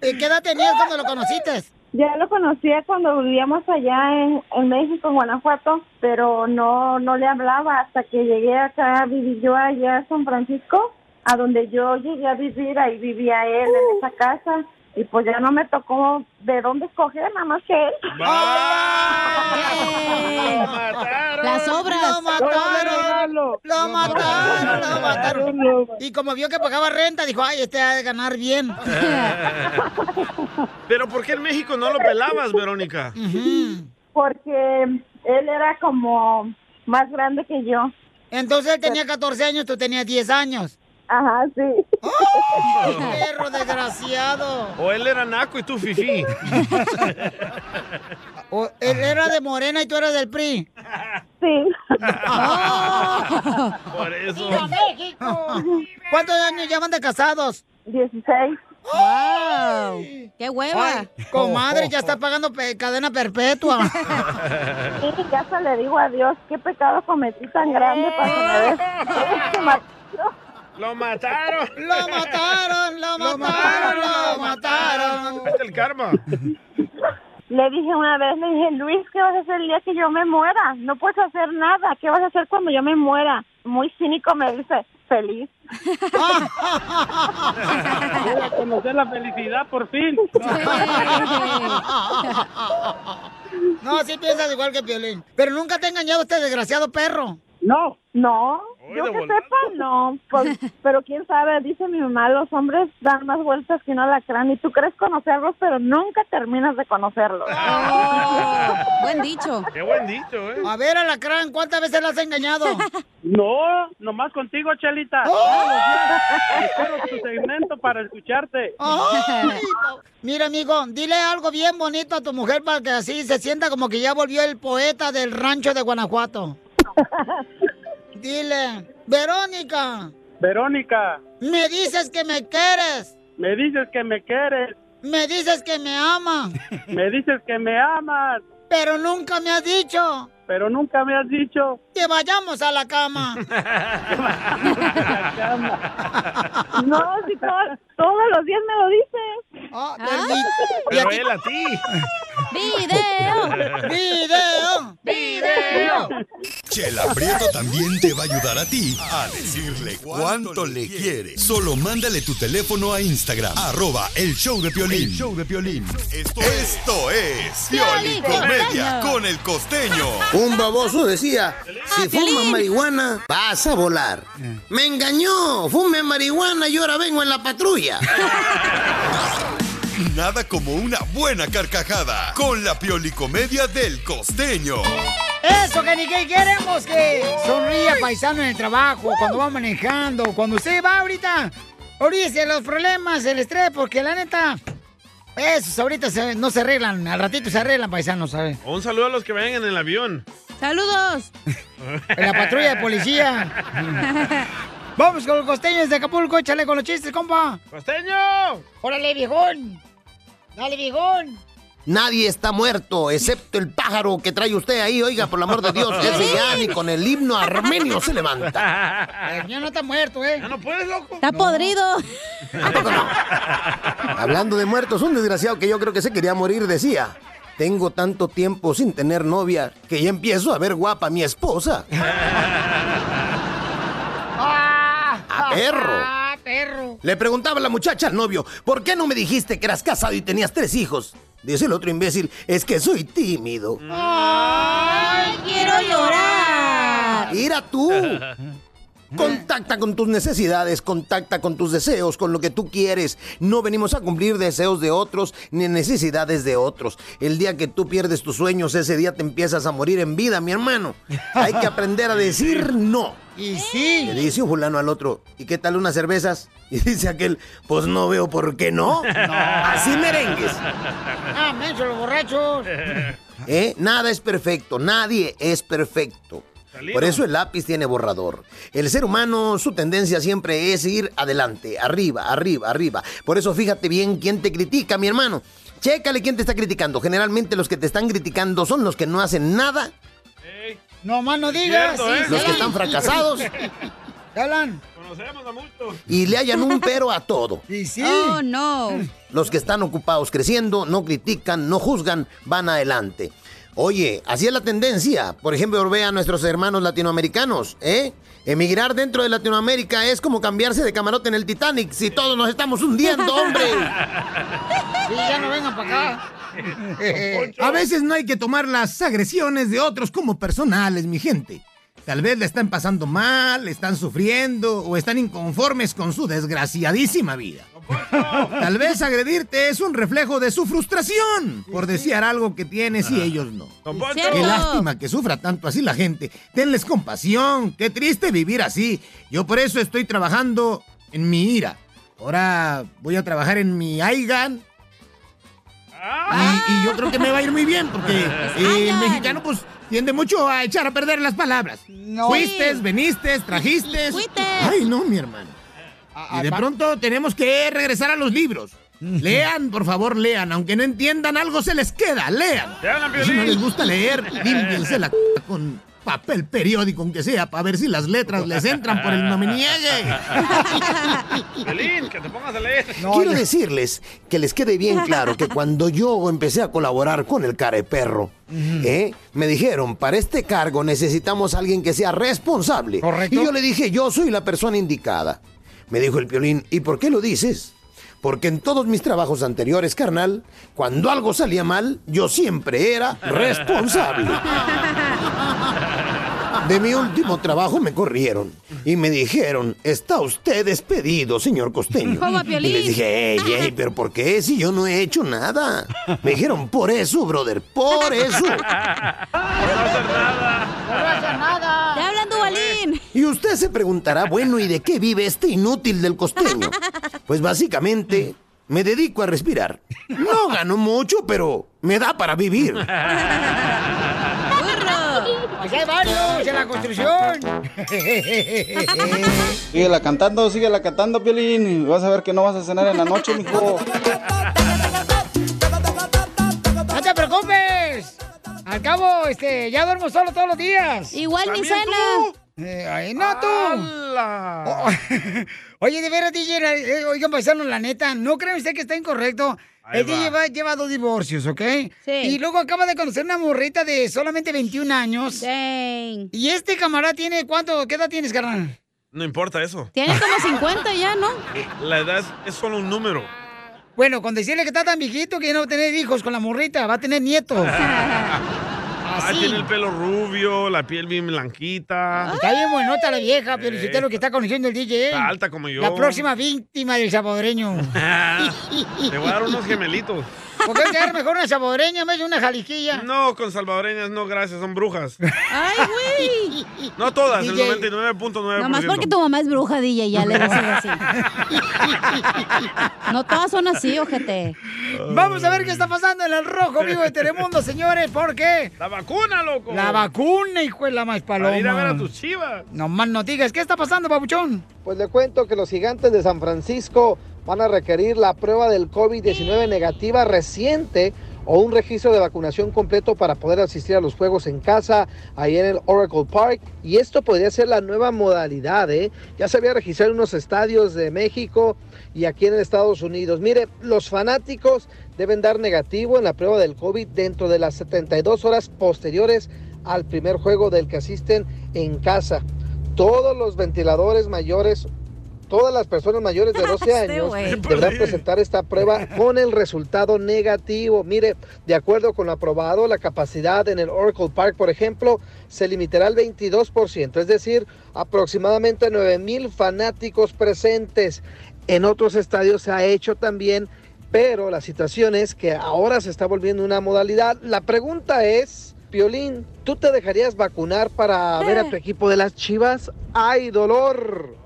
¿Y ¿Qué edad tenías cuando lo conociste?
Ya lo conocía cuando vivíamos allá en, en México, en Guanajuato, pero no, no le hablaba hasta que llegué acá, viví yo allá en San Francisco, a donde yo llegué a vivir, ahí vivía él en esa casa, y pues ya no me tocó de dónde escoger, nada más que él.
Las obras.
Lo mataron. Lo mataron, lo mataron. Y como vio que pagaba renta, dijo, ay, este ha de ganar bien.
Pero ¿por qué en México no lo pelabas, Verónica?
Mm.
Porque él era como más grande que yo.
Entonces él tenía 14 años, tú tenías 10 años.
Ajá, sí.
¡Ay, perro desgraciado!
O él era naco y tú fifí.
O él era de Morena y tú eras del PRI.
Sí.
¡Oh!
Por eso.
¿Cuántos años llevan de casados?
16.
¡Wow!
¡Qué hueva!
comadre, ya está pagando pe- cadena perpetua.
Sí, ya se le digo a Dios, qué pecado cometí tan grande para que me des- tienes que matar.
¡Lo mataron!
¡Lo mataron! ¡Lo
mataron!
¡Lo mataron!
Es el karma.
Le dije una vez, le dije, Luis, ¿qué vas a hacer el día que yo me muera? No puedes hacer nada, ¿qué vas a hacer cuando yo me muera? Muy cínico me dice, feliz.
Voy a conocer la felicidad por fin.
No, sí piensas igual que Piolín. Pero nunca te ha engañado este desgraciado perro.
No.
No, yo que sepa, no. Pues, pero quién sabe, dice mi mamá, los hombres dan más vueltas que un alacrán y tú crees conocerlos, pero nunca terminas de conocerlos.
Oh, Buen dicho.
Ah. Qué buen dicho, ¿eh?
A ver, Alacrán, ¿cuántas veces lo has engañado?
No, nomás contigo, Chelita. Espero tu segmento para escucharte.
Ay, Mira, amigo, dile algo bien bonito a tu mujer para que así se sienta como que ya volvió el poeta del rancho de Guanajuato. Dile, Verónica,
Verónica,
me dices que me quieres,
me dices que me quieres,
me dices que me amas,
me dices que me amas,
pero nunca me has dicho
pero nunca me has dicho.
que vayamos a la cama.
No, si todo- todos los días me lo dices.
Pero él a ti.
¡Video!
¡Video!
¡Video!
Chela Prieto también te va a ayudar a ti a decirle cuánto le quieres. Solo mándale tu teléfono a Instagram, arroba el show de Piolín. show de Piolín. Esto, Esto es Pioli Comedia con el costeño.
Un baboso decía,
Ah,
si fumas marihuana, vas a volar. Me engañó, fume marihuana y ahora vengo en la patrulla.
Nada como una buena carcajada con la Pioli Comedia del costeño.
Eso que ni que queremos que sonría paisano en el trabajo, cuando va manejando, cuando usted va ahorita. Olvídese de los problemas, el estrés, porque la neta, esos ahorita se- no se arreglan, al ratito se arreglan paisanos, ¿sabes?
Un saludo a los que vayan en el avión.
¡Saludos!
En la patrulla de policía. Vamos con los costeños de Acapulco, échale con los chistes, compa.
¡Costeño!
¡Órale, viejón! ¡Dale, viejón!
Nadie está muerto, excepto el pájaro que trae usted ahí. Oiga, por el amor de Dios, ese ya ni con el himno armenio se levanta.
El mío no está muerto, ¿eh? no puedes, loco.
Está podrido.
Hablando de muertos, un desgraciado que yo creo que se quería morir decía: Tengo tanto tiempo sin tener novia que ya empiezo a ver guapa a mi esposa.
¡Ah!
perro.
¡Ah, perro!
Le preguntaba la muchacha al novio, ¿por qué no me dijiste que eras casado y tenías tres hijos? Dice el otro imbécil, es que soy tímido.
¡Ay, quiero llorar!
Mira tú. Contacta con tus necesidades, contacta con tus deseos, con lo que tú quieres. No venimos a cumplir deseos de otros ni necesidades de otros. El día que tú pierdes tus sueños, ese día te empiezas a morir en vida, mi hermano. Hay que aprender a decir no.
Y sí.
Le dice un fulano al otro, ¿y qué tal unas cervezas? Y dice aquel, pues no veo por qué no. Así merengues.
¡Ah, menso, los borrachos!
¿Eh? Nada es perfecto, nadie es perfecto.
Salido.
Por eso el lápiz tiene borrador. El ser humano, su tendencia siempre es ir adelante, arriba, arriba, arriba. Por eso fíjate bien quién te critica, mi hermano. Chécale quién te está criticando. Generalmente los que te están criticando son los que no hacen nada,
No más no digas.
Cierto, ¿eh? Los que están fracasados.
Jalan.
Conocemos a muchos.
y le hallan un pero a todo.
Y sí.
Oh, no.
Los que están ocupados creciendo, no critican, no juzgan, van adelante. Oye, así es la tendencia. Por ejemplo, ve a nuestros hermanos latinoamericanos, ¿eh? Emigrar dentro de Latinoamérica es como cambiarse de camarote en el Titanic si todos nos estamos hundiendo, hombre.
Sí, ya no vengan para acá.
A veces no hay que tomar las agresiones de otros como personales, mi gente. Tal vez le están pasando mal, están sufriendo o están inconformes con su desgraciadísima vida. Tal vez agredirte es un reflejo de su frustración por desear algo que tienes y ellos no.
Poncho.
Qué lástima que sufra tanto así la gente. Tenles compasión. Qué triste vivir así. Yo por eso estoy trabajando en mi ira. Ahora voy a trabajar en mi Aigan. Y, y yo creo que me va a ir muy bien porque eh, el mexicano pues tiende mucho a echar a perder las palabras. Fuiste, veniste, trajiste. Ay, no, mi hermano. Y de pronto tenemos que regresar a los libros. Lean, por favor, lean. Aunque no entiendan algo, se les queda. Lean. Y Si no les gusta leer, límpiense la c con papel periódico, aunque sea, para ver si las letras les entran por el no me niegue.
Piolín, que te pongas a leer.
Quiero decirles que les quede bien claro que cuando yo empecé a colaborar con el careperro, ¿eh? me dijeron, para este cargo necesitamos a alguien que sea responsable. Y yo le dije, yo soy la persona indicada. Me dijo el piolín, ¿y por qué lo dices? Porque en todos mis trabajos anteriores, carnal, cuando algo salía mal, yo siempre era responsable. De mi último trabajo me corrieron y me dijeron, está usted despedido, señor Costeño.
Como a
y
Piolín.
les dije, ey, ey, pero ¿por qué si yo no he hecho nada? Me dijeron, por eso, brother, por eso.
nada.
Te hablan Dubalín.
Y usted se preguntará, bueno, ¿y de qué vive este inútil del costeño? Pues básicamente me dedico a respirar. No gano mucho, pero me da para vivir.
Pues hay varios en la construcción.
Síguela cantando, síguela cantando, Piolín. Vas a ver que no vas a cenar en la noche, mijo.
¡No te preocupes! Al cabo, este, ya duermo solo todos los días.
Igual ni ¿También cena.
Eh, ay, no tú. O- oye, de veras, DJ, eh, oigan, paisanos, la neta, ¿no creen usted que está incorrecto?
Ahí
El
va.
DJ va- lleva dos divorcios, ¿ok? Y luego acaba de conocer una morrita de solamente 21 años. Y este camarada tiene, ¿cuánto? ¿Qué edad tienes, carnal?
No importa eso.
Tiene como 50 ya, ¿no?
La edad es- es solo un número.
Bueno, con decirle que está tan viejito que ya no va a tener hijos con la morrita, va a tener nietos.
Ah, tiene el pelo rubio, la piel bien blanquita.
Está bien buenota la vieja, pero
Eh.
lo que está conociendo el DJ.
Está alta como yo.
La próxima víctima del saboreño.
Ah, Te voy a dar unos gemelitos.
¿Por qué quedar mejor una saboreña en vez de una jaliquilla?
No, con salvadoreñas no, gracias, son brujas.
¡Ay, güey!
No todas,
DJ.
el 99.9%.
Nomás porque tu mamá es bruja, DJ, ya le decís así. No todas son así, ojete.
Vamos a ver qué está pasando en el rojo vivo de Telemundo, señores, porque...
La vacuna, loco.
La vacuna, hijo de la más paloma.
Para ir a ver a tus chivas.
No más no digas, ¿qué está pasando, papuchón?
Pues le cuento que los gigantes de San Francisco van a requerir la prueba del COVID-19 negativa reciente o un registro de vacunación completo para poder asistir a los juegos en casa, ahí en el Oracle Park. Y esto podría ser la nueva modalidad, ¿eh? Ya se había registrado en unos estadios de México y aquí en Estados Unidos. Mire, los fanáticos deben dar negativo en la prueba del COVID dentro de las 72 horas posteriores al primer juego del que asisten en casa. Todos los ventiladores mayores, todas las personas mayores de 12 años
güey.
deberán presentar esta prueba con el resultado negativo. Mire, de acuerdo con lo aprobado, la capacidad en el Oracle Park, por ejemplo, se limitará al 22%, es decir, aproximadamente 9 mil fanáticos presentes. En otros estadios se ha hecho también, pero la situación es que ahora se está volviendo una modalidad. La pregunta es, Piolín, ¿tú te dejarías vacunar para ver a tu equipo de las Chivas? ¡Ay, dolor!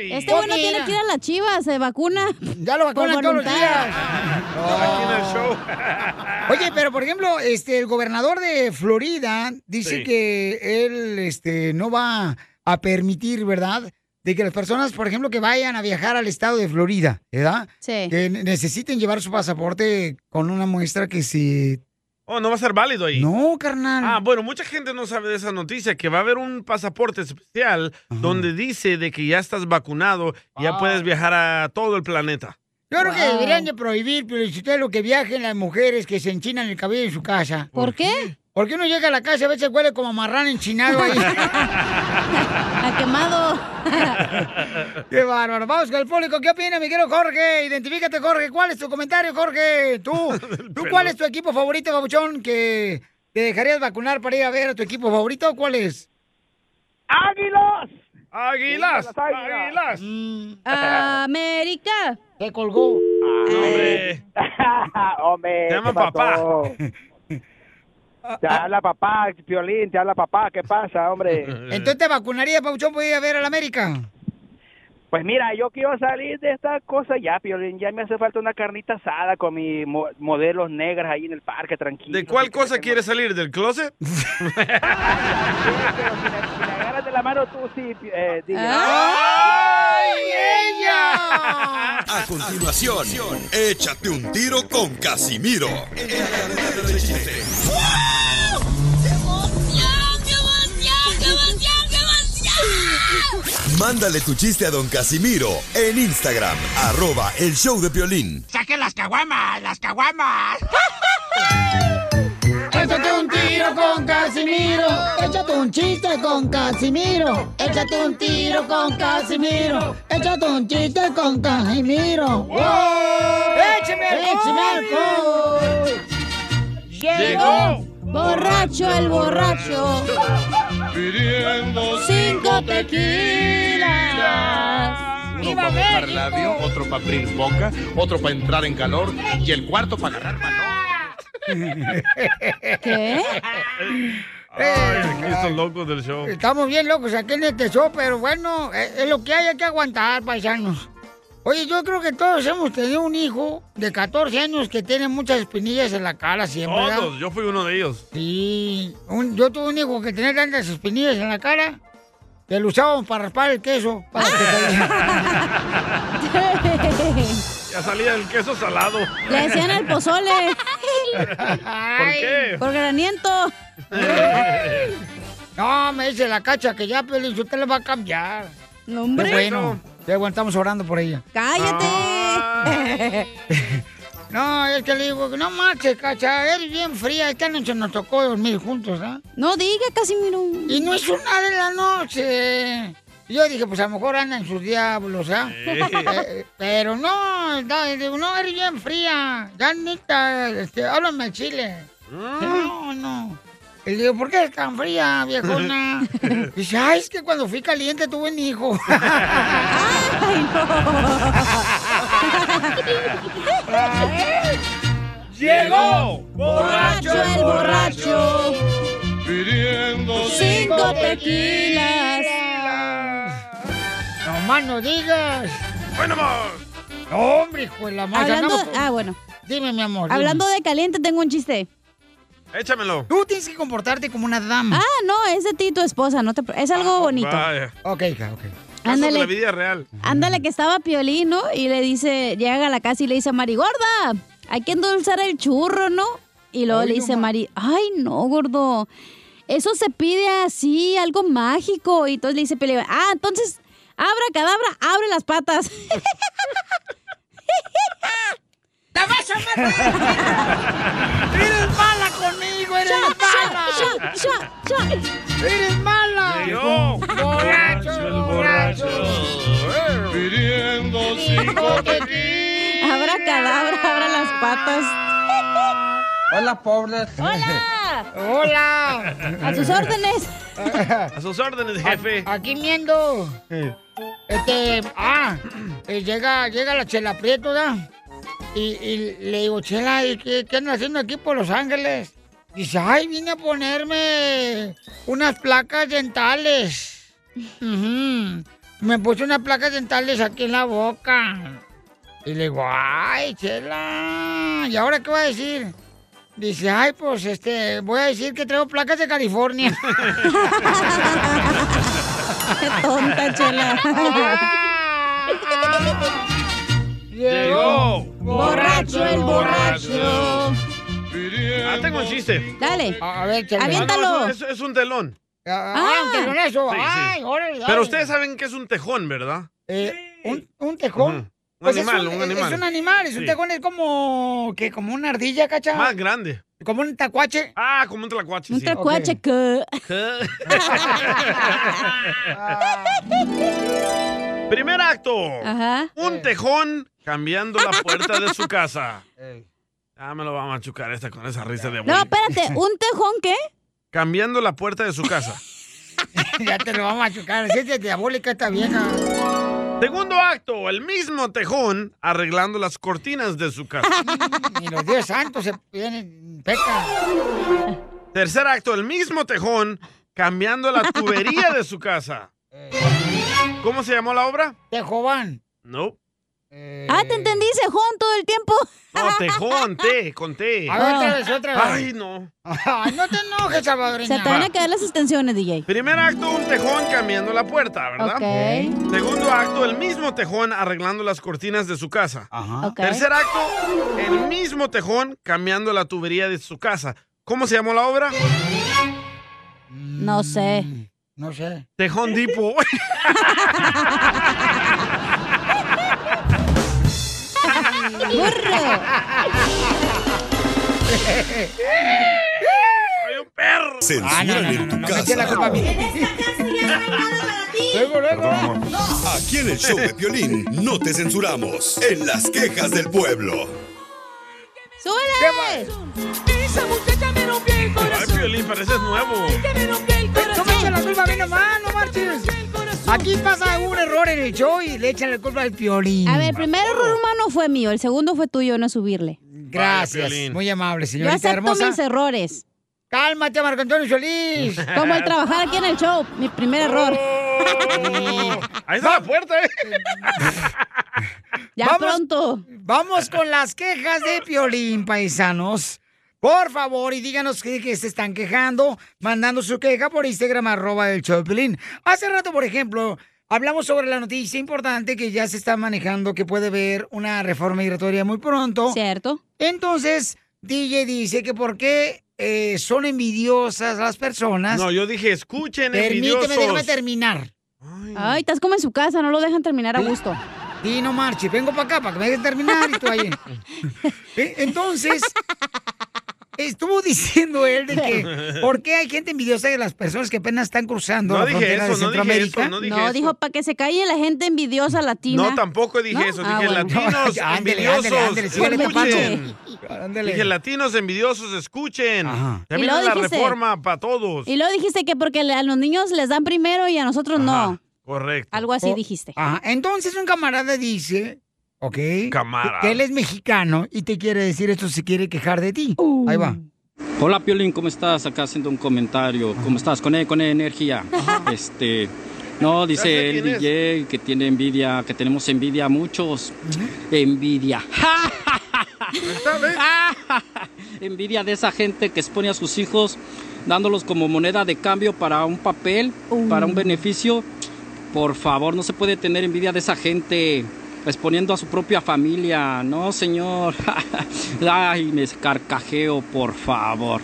Este bueno tiene que ir a la chiva, se vacuna.
Ya lo vacunan todos los
Aquí en el show.
Oye, pero por ejemplo, este, el gobernador de Florida dice
Sí.
que él este, no va a permitir, ¿verdad? De que las personas, por ejemplo, que vayan a viajar al estado de Florida, ¿verdad?
Sí.
Que ne- necesiten llevar su pasaporte con una muestra que se...
Oh, no va a ser válido ahí.
No, carnal.
Ah, bueno, mucha gente no sabe de esa noticia, que va a haber un pasaporte especial donde dice de que ya estás vacunado y ya puedes viajar a todo el planeta.
Yo creo que deberían de prohibir, pero si usted lo que viajen las mujeres que se enchinan el cabello en su casa.
¿Por qué?
Porque uno llega a la casa y a veces huele como marrano enchinado ahí.
A quemado.
Qué bárbaro. Vamos con el público. ¿Qué opina, mi querido Jorge? Identifícate, Jorge. ¿Cuál es tu comentario, Jorge? Tú, ¿tú ¿cuál es tu equipo favorito, babuchón, que te dejarías vacunar para ir a ver a tu equipo favorito? ¿Cuál es?
¡Águilas!
¡Águilas!
¡Águilas!
América.
Se colgó.
Ah,
Hombre.
Hombre.
Te llama papá.
Te habla papá, Piolín, te habla papá. ¿Qué pasa,
Eh.
hombre?
Entonces te vacunarías, babuchón, para ir a ver al América.
Pues mira, yo quiero salir de esta cosa ya, Piolín. Ya me hace falta una carnita asada con mis mo- modelos negras ahí en el parque, tranquilo.
¿De cuál cosa quieres salir? ¿Del closet?
Agarras de la mano tú, sí, pi- eh, DJ.
¡Ay,
ella!
A continuación, échate un tiro con Casimiro. en la cadena de chiste. Mándale tu chiste a don Casimiro en Instagram, arroba el show de violín.
¡Saquen las caguamas! ¡Las caguamas!
Échate un tiro con Casimiro. Échate un chiste con Casimiro. Échate un tiro con Casimiro. Échate un chiste con Casimiro. ¡Wow!
¡Écheme alcohol!
¡Échame alcohol!
Llegó borracho el borracho.
Pidiendo
Cinco tequilas.
Uno para mojar labio, otro para abrir boca, otro para entrar en calor y el cuarto para agarrar mano.
¿Qué?
Ay, aquí estos locos del show.
Estamos bien locos aquí en este show, pero bueno, eh, es, lo que hay, hay que aguantar, paisanos. Oye, yo creo que todos hemos tenido un hijo de 14 años que tiene muchas espinillas en la cara siempre. ¿verdad?
Todos, yo fui uno de ellos.
Sí, un- yo tuve un hijo que tenía tantas espinillas en la cara que lo usaban para raspar el queso. para las
Ah.
quesadillas.
Ya salía el queso salado.
Le decían el pozole.
¿Por qué?
Por graniento.
no, me dice la cacha que ya, Pelín, usted le va a cambiar.
No,
Qué bueno, qué bueno, estamos orando por ella.
¡Cállate!
No, es que le digo, no marches, cacha, eres bien fría, esta noche nos tocó dormir juntos, ¿ah?
No diga, Casimiro.
Y no hizo nada en la noche. Y Yo dije, pues a lo mejor andan sus diablos, ¿ah?
Sí.
Eh, pero no, da- digo, no, eres bien fría, ya neta, este, háblame al chile. No, no. Y le digo, ¿por qué eres tan fría, viejona? Dice, ay, es que cuando fui caliente tuve un hijo. ¡Ay,
¡Llegó!
Borracho el borracho.
Pidiendo
Cinco tequilas.
No más no digas.
Bueno,
No, hombre, hijo de la madre.
Hablando-
andamos-
ah, bueno.
Dime, mi amor.
Hablando
dime.
de caliente, tengo un chiste.
Échamelo.
Tú tienes que comportarte como una dama.
Ah, no, es de ti, tu esposa. No te... pre- Es algo bonito.
Ah, Vaya.
Ok, hija, ok.
Casos de
Ándale.
la vida real.
Ándale, que estaba Piolín, ¿no? Y le dice, llega a la casa y le dice a Mari, gorda, hay que endulzar el churro, ¿no? Y luego le dice Mari, ay no, gordo, eso se pide así, algo mágico. Y entonces le dice Pelín, ah, entonces, abra cadabra, abre las patas.
¡La vas a matar! ¡Eres mala conmigo! ¡Eres mala! ¡Eres mala!
Llegó.
¡Borracho, borracho!
Pidiendo cinco tequilas.
Abra cadabra, abra las patas.
Hola, pobres.
¡Hola!
¡Hola!
¡A sus órdenes!
A sus órdenes, jefe.
Aquí miendo. Este, ah, eh, llega, llega la Chela Prieto, ¿da? Y, y le digo, Chela, ¿y qué, qué andas haciendo aquí por Los Ángeles? Dice, ay, vine a ponerme unas placas dentales. Ujú. Me puse unas placas dentales aquí en la boca. Y le digo, ay, Chela, ¿y ahora qué va a decir? Dice, ay, pues, este, voy a decir que traigo placas de California.
Qué tonta, Chela.
Ah,
Llegó.
Borracho el borracho.
Ah, tengo un chiste.
Dale.
A, ver,
Ah, no, es, es un telón.
Ah, un telón eso.
Sí, sí.
Ay, órale,
Pero
dale.
ustedes saben que es un tejón, ¿verdad?
Eh, ¿un, un tejón?
Ujú. Un
Pues es
animal, un
es-
animal.
Es un animal, es un
Sí.
tejón, es como, que como una ardilla, cacha.
Más grande.
Como un tacuache.
Ah, como un tlacuache.
Un
sí.
tacuache que...
Primer acto.
Ajá.
Un tejón cambiando la puerta de su casa. Ah, me lo va a machucar esta con esa risa de
No,
güey.
espérate, ¿un tejón qué?
Cambiando la puerta de su casa.
ya te lo vamos a chocar, así es de diabólica esta vieja.
Segundo acto, el mismo tejón arreglando las cortinas de su casa.
Ni los dios santos se vienen, peca.
Tercer acto, el mismo tejón cambiando la tubería de su casa. ¿Cómo se llamó la obra?
Tejobán.
No.
Ah, te entendí, cejón todo el tiempo.
No, tejón, té, con té.
A ver, otra vez, otra
ah.
vez.
Ay, no.
Ay, no te enojes, salvadoreña.
Se te van a quedar las extensiones, DJ.
Primer acto, un tejón cambiando la puerta, ¿verdad?
Ok.
Segundo acto, el mismo tejón arreglando las cortinas de su casa.
Ok.
Tercer acto, el mismo tejón cambiando la tubería de su casa. ¿Cómo se llamó la obra?
No sé.
Mm, No sé.
Tejón Dipo.
Se en tu casa.
Luego, luego.
Aquí en el show de Piolín no te censuramos. En las quejas del pueblo.
¡Súbele!
Esa muchacha me rompió el
Ay, Piolín, pareces nuevo.
No me echen la culpa a mí nomás, no marches. Aquí pasa un error en el show y le echan la culpa al piolín.
A ver, el primer error humano fue mío, el segundo fue tuyo, no subirle.
Gracias. Muy amable,
Yo
señorita
acepto
hermosa.
mis errores.
Cálmate, Marco Antonio Solís.
Como el trabajar aquí en el show, mi primer
Oh,
error.
Oh. Ahí está la puerta, ¿eh?
Ya pronto.
Vamos con las quejas de Piolín, paisanos. Por favor, y díganos qué, qué se están quejando, mandando su queja por Instagram, arroba el show de Piolín. Hace rato, por ejemplo, hablamos sobre la noticia importante que ya se está manejando, que puede haber una reforma migratoria muy pronto.
Cierto.
Entonces, DJ dice que por qué eh, son envidiosas las personas.
No, yo dije, escuchen,
Permíteme, déjame
envidiosos.
terminar.
Ay, estás como en su casa, no lo dejan terminar a gusto.
Y no marche, vengo para acá para que me dejen terminar y tú ahí. Eh, Entonces, estuvo diciendo él de que ¿por qué hay gente envidiosa de las personas que apenas están cruzando
No
la
dije
frontera
eso,
de
no dije eso,
Centroamérica?
no
No, dijo para que se calle la gente envidiosa latina.
No, tampoco dije
¿No?
eso.
Ah,
Dije
bueno.
latinos
Ándele, ándele,
envidiosos.
ándele, sígale
escuchen.
Ándale.
Dije latinos envidiosos, escuchen. También
Y luego
la
dijiste-
reforma para todos.
Y luego dijiste que porque le- a los niños les dan primero y a nosotros no.
Correcto.
Algo así dijiste.
Oh, Ajá. Entonces un camarada dice, ok,
Camara.
que él es mexicano y te quiere decir esto si quiere quejar de ti. Ahí va.
Hola Piolín, ¿cómo estás? Acá haciendo un comentario. ¿Cómo estás? Con, e- con energía. Este, no,
Ya
dice
sé
el
quién es.
DJ que tiene envidia, que tenemos envidia a muchos. Envidia. envidia de esa gente que expone a sus hijos dándolos como moneda de cambio para un papel, para un beneficio. Por favor, no se puede tener envidia de esa gente. exponiendo a su propia familia. No, señor. Ay, me carcajeo, por favor.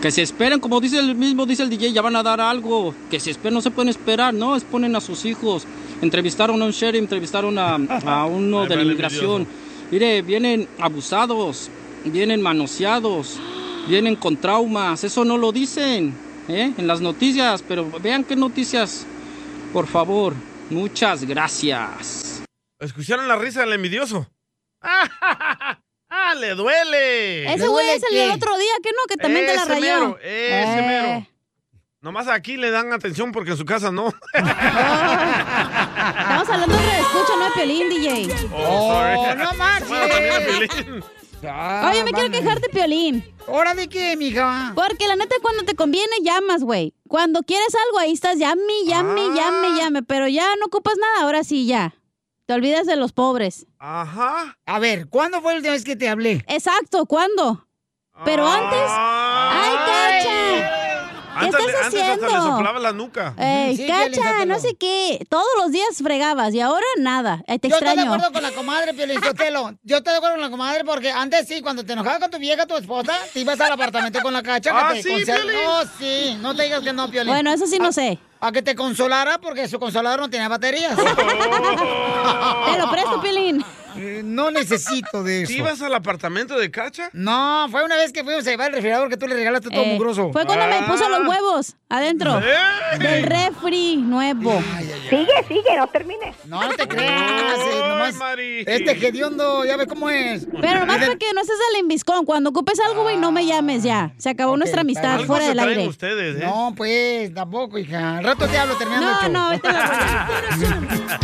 Que se esperen, como dice el mismo, dice el DJ, ya van a dar algo. Que se esperen, no se pueden esperar, no, exponen a sus hijos. Entrevistaron a un sheriff, entrevistaron a, a uno
Ay,
de la
vale,
inmigración. Mire, vienen abusados, vienen manoseados, vienen con traumas. Eso no lo dicen ¿eh? en las noticias, pero vean qué noticias. Por favor, muchas gracias.
¿Escucharon la risa del envidioso? ¡Ah, le duele!
Ese güey es el del otro día, que no, que también te la
Ese
rayó.
mero, ese
Eh.
mero. Nomás aquí le dan atención porque en su casa no.
Estamos hablando de escucha, no de Piolín, DJ.
Oh, sorry.
no marches.
Bueno, también Piolín.
Oye, me quiero quejar de Piolín.
¿Hora de qué, mija?
Porque la neta, cuando te conviene, llamas, güey. Cuando quieres algo, ahí estás, llame, llame,
Ah.
llame, llame. Pero ya no ocupas nada, ahora sí, ya. Te olvidas de los pobres.
Ajá.
Ah, A ver, ¿cuándo fue la última vez que te hablé? Ah.
Exacto, ¿cuándo? Pero antes... ¡Ay, cacha! ¿Qué
Antes,
estás
le- antes hasta le
haciendo?
soplaba la nuca.
Ey,
Sí,
cacha,
Piolín,
no sé qué. Todos los días fregabas y ahora nada. Ay, te
Yo estoy de
extraño.
acuerdo con la comadre, Piolizotelo. Yo estoy de acuerdo con la comadre porque antes sí, cuando te enojabas con tu vieja, tu esposa, te ibas al apartamento con la cacha.
Ah,
que te
sí,
consola-
Piolín.
No, sí, no te digas que no, Piolín. Ah,
Bueno, eso sí no
A-
sé.
A que te consolara porque su consolador no tenía baterías.
Te lo presto, Piolín.
Eh, No necesito de
¿Sí ibas al apartamento de Cacha?
No, fue una vez que fuimos a llevar el refrigerador que tú le regalaste todo
Eh,
mugroso.
Fue cuando me puso
Ah.
los huevos adentro
¡Ey!
del refri nuevo.
Sigue, sigue, no termines. No, no te creas. eh, nomás este hediondo, ya ves cómo es.
Pero nomás para que no seas el embiscón. Cuando ocupes algo, güey, no me
Ah.
llames ya. Se acabó nuestra amistad
Algo
fuera
se
del
traen
aire.
ustedes,
¿eh? No, pues, tampoco, hija. Al rato te hablo terminando
No,
el show.
no, vete a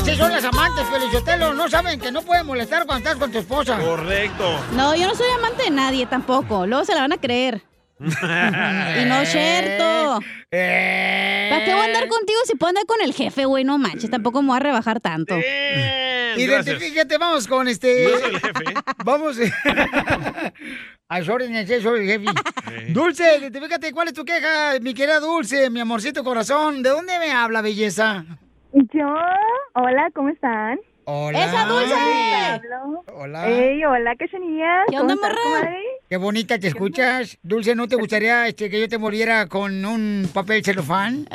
Así son las amantes, Feliciotelo. No saben que no pueden molestar cuando estás con tu esposa.
Correcto.
No, yo no soy amante de nadie tampoco. Luego se la van a creer. Y no
Eh,
es cierto. ¿Para qué voy a andar contigo si puedo andar con el jefe, güey? No manches, tampoco me voy a rebajar tanto.
Identifícate, vamos con este. Vamos. Ay, sorry, Nancy, sorry, jefe. Dulce, identifícate, ¿cuál es tu queja, mi querida Dulce, mi amorcito corazón? ¿De dónde me habla, belleza?
Yo, hola, ¿cómo están?
Hola.
¡Esa Dulce!
Hola.
Ey, hola, cachanilla.
¿Qué onda,
¿Cómo estás,
morra?
comadre?
Qué bonita te escuchas. Dulce, ¿no te gustaría este, que yo te muriera con un papel celofán?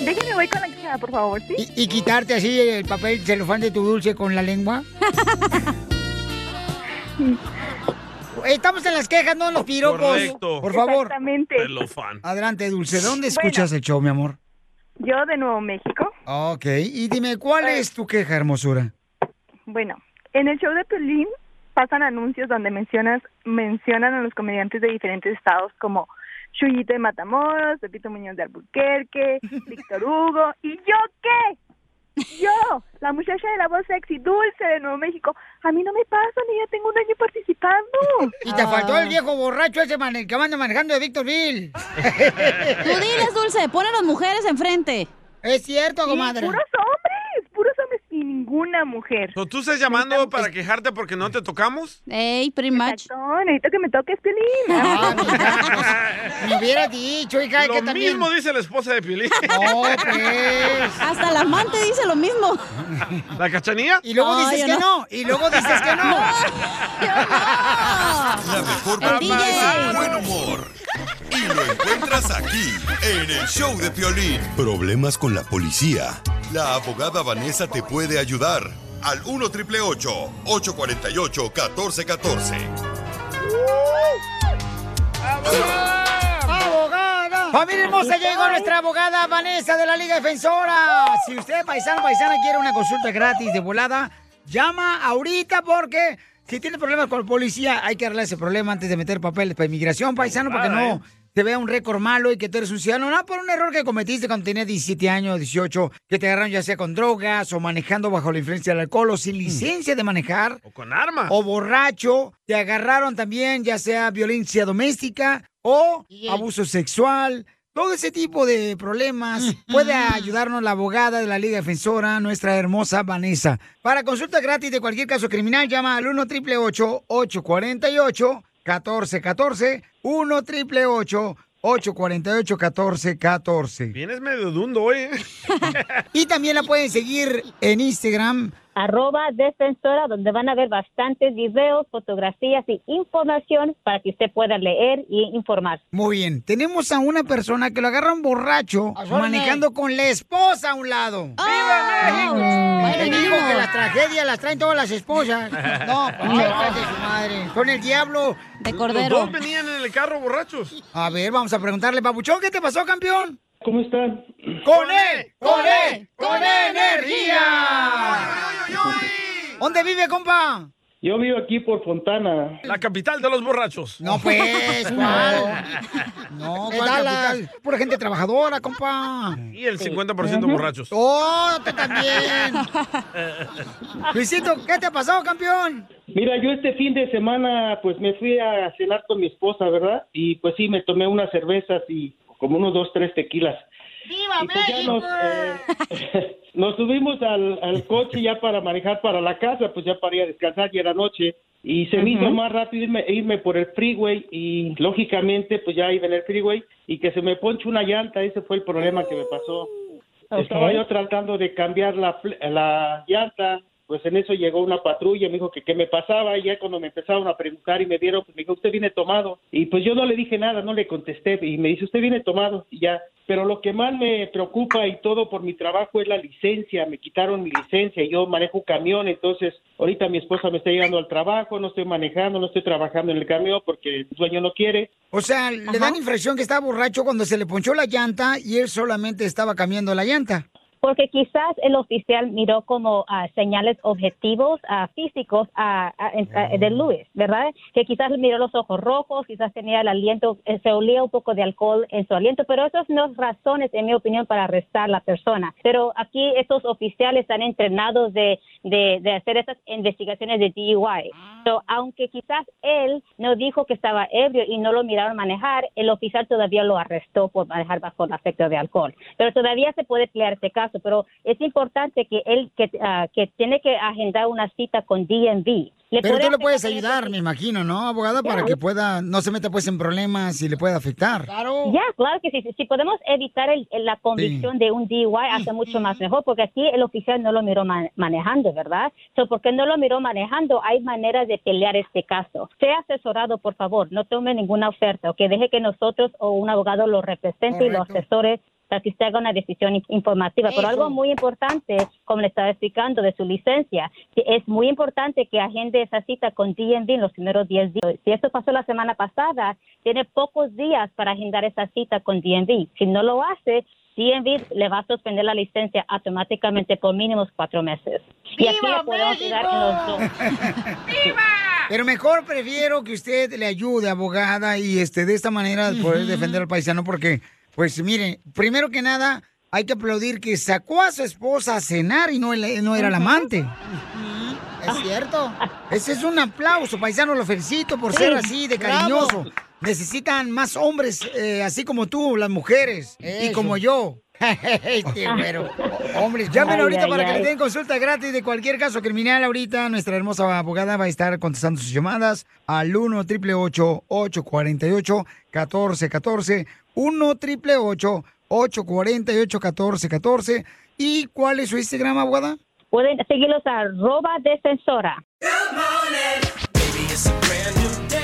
Déjeme voy con la queja, por favor, ¿sí?
¿Y quitarte así el papel celofán de tu dulce con la lengua? Estamos en las quejas, no en los piropos.
Correcto.
Por favor.
Exactamente.
Celofán.
Adelante, Dulce. ¿Dónde
Bueno.
escuchas el show, mi amor?
Yo de Nuevo México.
Ok. Y dime, ¿cuál es tu queja, hermosura?
Bueno, en el show de Pelín pasan anuncios donde mencionas, mencionan a los comediantes de diferentes estados como Chuyito de Matamoros, Pepito Muñoz de Albuquerque, Víctor Hugo, ¿y yo qué? Yo, la muchacha de la voz sexy, Dulce de Nuevo México, a mí no me pasa, ni ya tengo un año participando.
Y
Ah.
te faltó el viejo borracho ese man- que manda manejando de Victorville. Tú
diles, Dulce, pon a las mujeres enfrente.
Es cierto,
Sí,
comadre.
puros hombres, puros hombres y ninguna mujer.
¿Tú estás llamando para quejarte porque no te tocamos?
Ey, pretty much.
necesito que me toques, Piolín.
Me hubiera dicho, hija,
Lo
que también...
mismo dice la esposa de Piolín.
No, pues.
Hasta el amante dice lo mismo.
¿La cachanía?
Y luego
No,
dices
yo
que
no.
no. y luego dices que no.
La mejor
El
vacuna es
DJ.
el buen humor. Y lo encuentras aquí, en el show de Piolín. Problemas con la policía. La abogada Vanessa te puede ayudar. Al 1 triple 848 1414.
¡Abogada! Familia hermosa, llegó nuestra abogada Vanessa de la Liga Defensora. Si usted, paisano paisana, quiere una consulta gratis de volada, llama ahorita porque si tiene problemas con la policía, hay que arreglar ese problema antes de meter papeles para inmigración, paisano, para que
Volada,
no te vea un récord malo y que tú eres un ciudadano. No, por un error que cometiste cuando tenías 17 años, 18, que te agarraron ya sea con drogas o manejando bajo la influencia del alcohol o sin licencia de manejar. O
con arma.
O borracho. Te agarraron también ya sea violencia doméstica o abuso sexual. Todo ese tipo de problemas puede ayudarnos la abogada de la Liga Defensora, nuestra hermosa Vanessa. Para consulta gratis de cualquier caso criminal, llama al 1 888 848 1414 1 888 848-1414.
Vienes medio dundo hoy, ¿eh?
y también la pueden seguir en Instagram.
Arroba Defensora, donde van a ver bastantes videos, fotografías y información para que usted pueda leer y informar.
Muy bien, tenemos a una persona que lo agarra un borracho
órdenes.
manejando con la esposa a un lado. ¡Viva México! Él dijo que las tragedias las traen todas las esposas. No, pues, hijas de su madre. Son el diablo. De
Los dos venían en el carro borrachos.
A ver, vamos a preguntarle, Papuchón, ¿qué te pasó, campeón?
¿Cómo están?
¡Con él! ¡Con él! ¡Con E energía! ¿Dónde vive, compa?
Yo vivo aquí por Fontana.
La capital de los borrachos.
No, pues, ¿cuál? No,
Es
¿cuál
Dallas.
capital? Pura gente trabajadora, compa.
Y el 50% borrachos.
¡Oh, tú también! Luisito, ¿qué te pasó, campeón?
Mira, yo este fin de semana pues me fui a cenar con mi esposa, ¿verdad? Y pues sí, me tomé unas cervezas y como unos dos, tres tequilas.
¡Viva
México! Nos subimos al, al coche ya para manejar para la casa, pues ya para ir a descansar, ya era noche. Y se me hizo
Ujú.
más rápido irme, irme por el freeway y lógicamente pues ya iba en el freeway y que se me ponche una llanta, ese fue el problema que me pasó. Estaba yo tratando de cambiar la, fle- la llanta, pues en eso llegó una patrulla, me dijo que qué me pasaba, y ya cuando me empezaron a preguntar y me vieron, pues me dijo, usted viene tomado. Y pues yo no le dije nada, no le contesté, y me dice, usted viene tomado, y ya. Pero lo que más me preocupa y todo por mi trabajo es la licencia, me quitaron mi licencia, yo manejo un camión, entonces ahorita mi esposa me está llevando al trabajo, no estoy manejando, no estoy trabajando en el camión porque el dueño no quiere.
O sea, le dan infracción que estaba borracho cuando se le ponchó la llanta y él solamente estaba cambiando la llanta.
Porque quizás el oficial miró como ah, señales objetivos ah, físicos ah, ah, en- ah, de Luis, ¿verdad? Que quizás le miró los ojos rojos, quizás tenía el aliento, eh, se olía un poco de alcohol en su aliento, pero esas no son razones, en mi opinión, para arrestar a la persona. Pero aquí estos oficiales están entrenados de, de, de hacer esas investigaciones de DUI. So, aunque quizás él no dijo que estaba ebrio y no lo miraron manejar, el oficial todavía lo arrestó por manejar bajo el afecto de alcohol. Pero todavía se puede pelear este caso, pero es importante que él que, ah, que tiene que agendar una cita con DMV. Le
Pero
puede
tú le
hacer-
puedes ayudar, me imagino, ¿no, abogada? Para que pueda, no se meta pues en problemas y le pueda afectar.
Ya, claro que sí. Si- Si podemos evitar el- el- la convicción de un DUI, hace mucho más mejor, porque aquí el oficial no lo miró man- manejando, ¿verdad? So, porque no lo miró manejando, hay maneras de pelear este caso. Sea asesorado, por favor, no tome ninguna oferta, o que deje que nosotros o un abogado lo represente y lo asesore para que usted haga una decisión in- informativa. Pero algo muy importante, como le estaba explicando, de su licencia, que es muy importante que agende esa cita con DND en los primeros 10 días. Si esto pasó la semana pasada, tiene pocos días para agendar esa cita con DND. Si no lo hace, DND le va a suspender la licencia automáticamente por mínimos cuatro meses. Y aquí le podemos ayudar en los dos.
Pero mejor prefiero que usted le ayude, abogada, y este de esta manera poder defender al paisano, porque, pues miren, primero que nada, hay que aplaudir que sacó a su esposa a cenar y no, el- no era el amante. Es cierto. Ese es un aplauso, paisano, lo felicito por ser
Sí,
así de
bravo.
cariñoso. Necesitan más hombres eh, así como tú, las mujeres, y
Eso.
como yo. este, pero, hombres, llamen
Ay,
ahorita
ay,
para que
ay.
le den consulta gratis de cualquier caso criminal. Ahorita nuestra hermosa abogada va a estar contestando sus llamadas al 1 triple 848 1414 1 triple 848 1414 ¿Y cuál es su Instagram, abogada?
Pueden seguirlos a arroba defensora.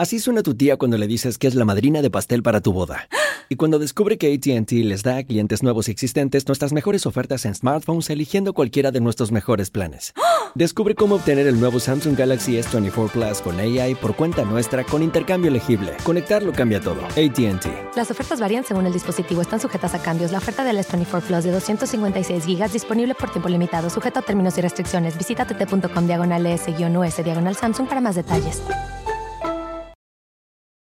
Así suena tu tía cuando le dices que es la madrina de pastel para tu boda. Y cuando descubre que ATT les da a clientes nuevos y existentes nuestras mejores ofertas en smartphones eligiendo cualquiera de nuestros mejores planes. Descubre cómo obtener el nuevo Samsung Galaxy S24 Plus con AI por cuenta nuestra con intercambio elegible. Conectarlo cambia todo. ATT.
Las ofertas varían según el dispositivo, están sujetas a cambios. La oferta del S24 Plus de 256 GB disponible por tiempo E limitado, sujeta a términos y restricciones. Visita tt.com diagonal s-us diagonal Samsung para más detalles.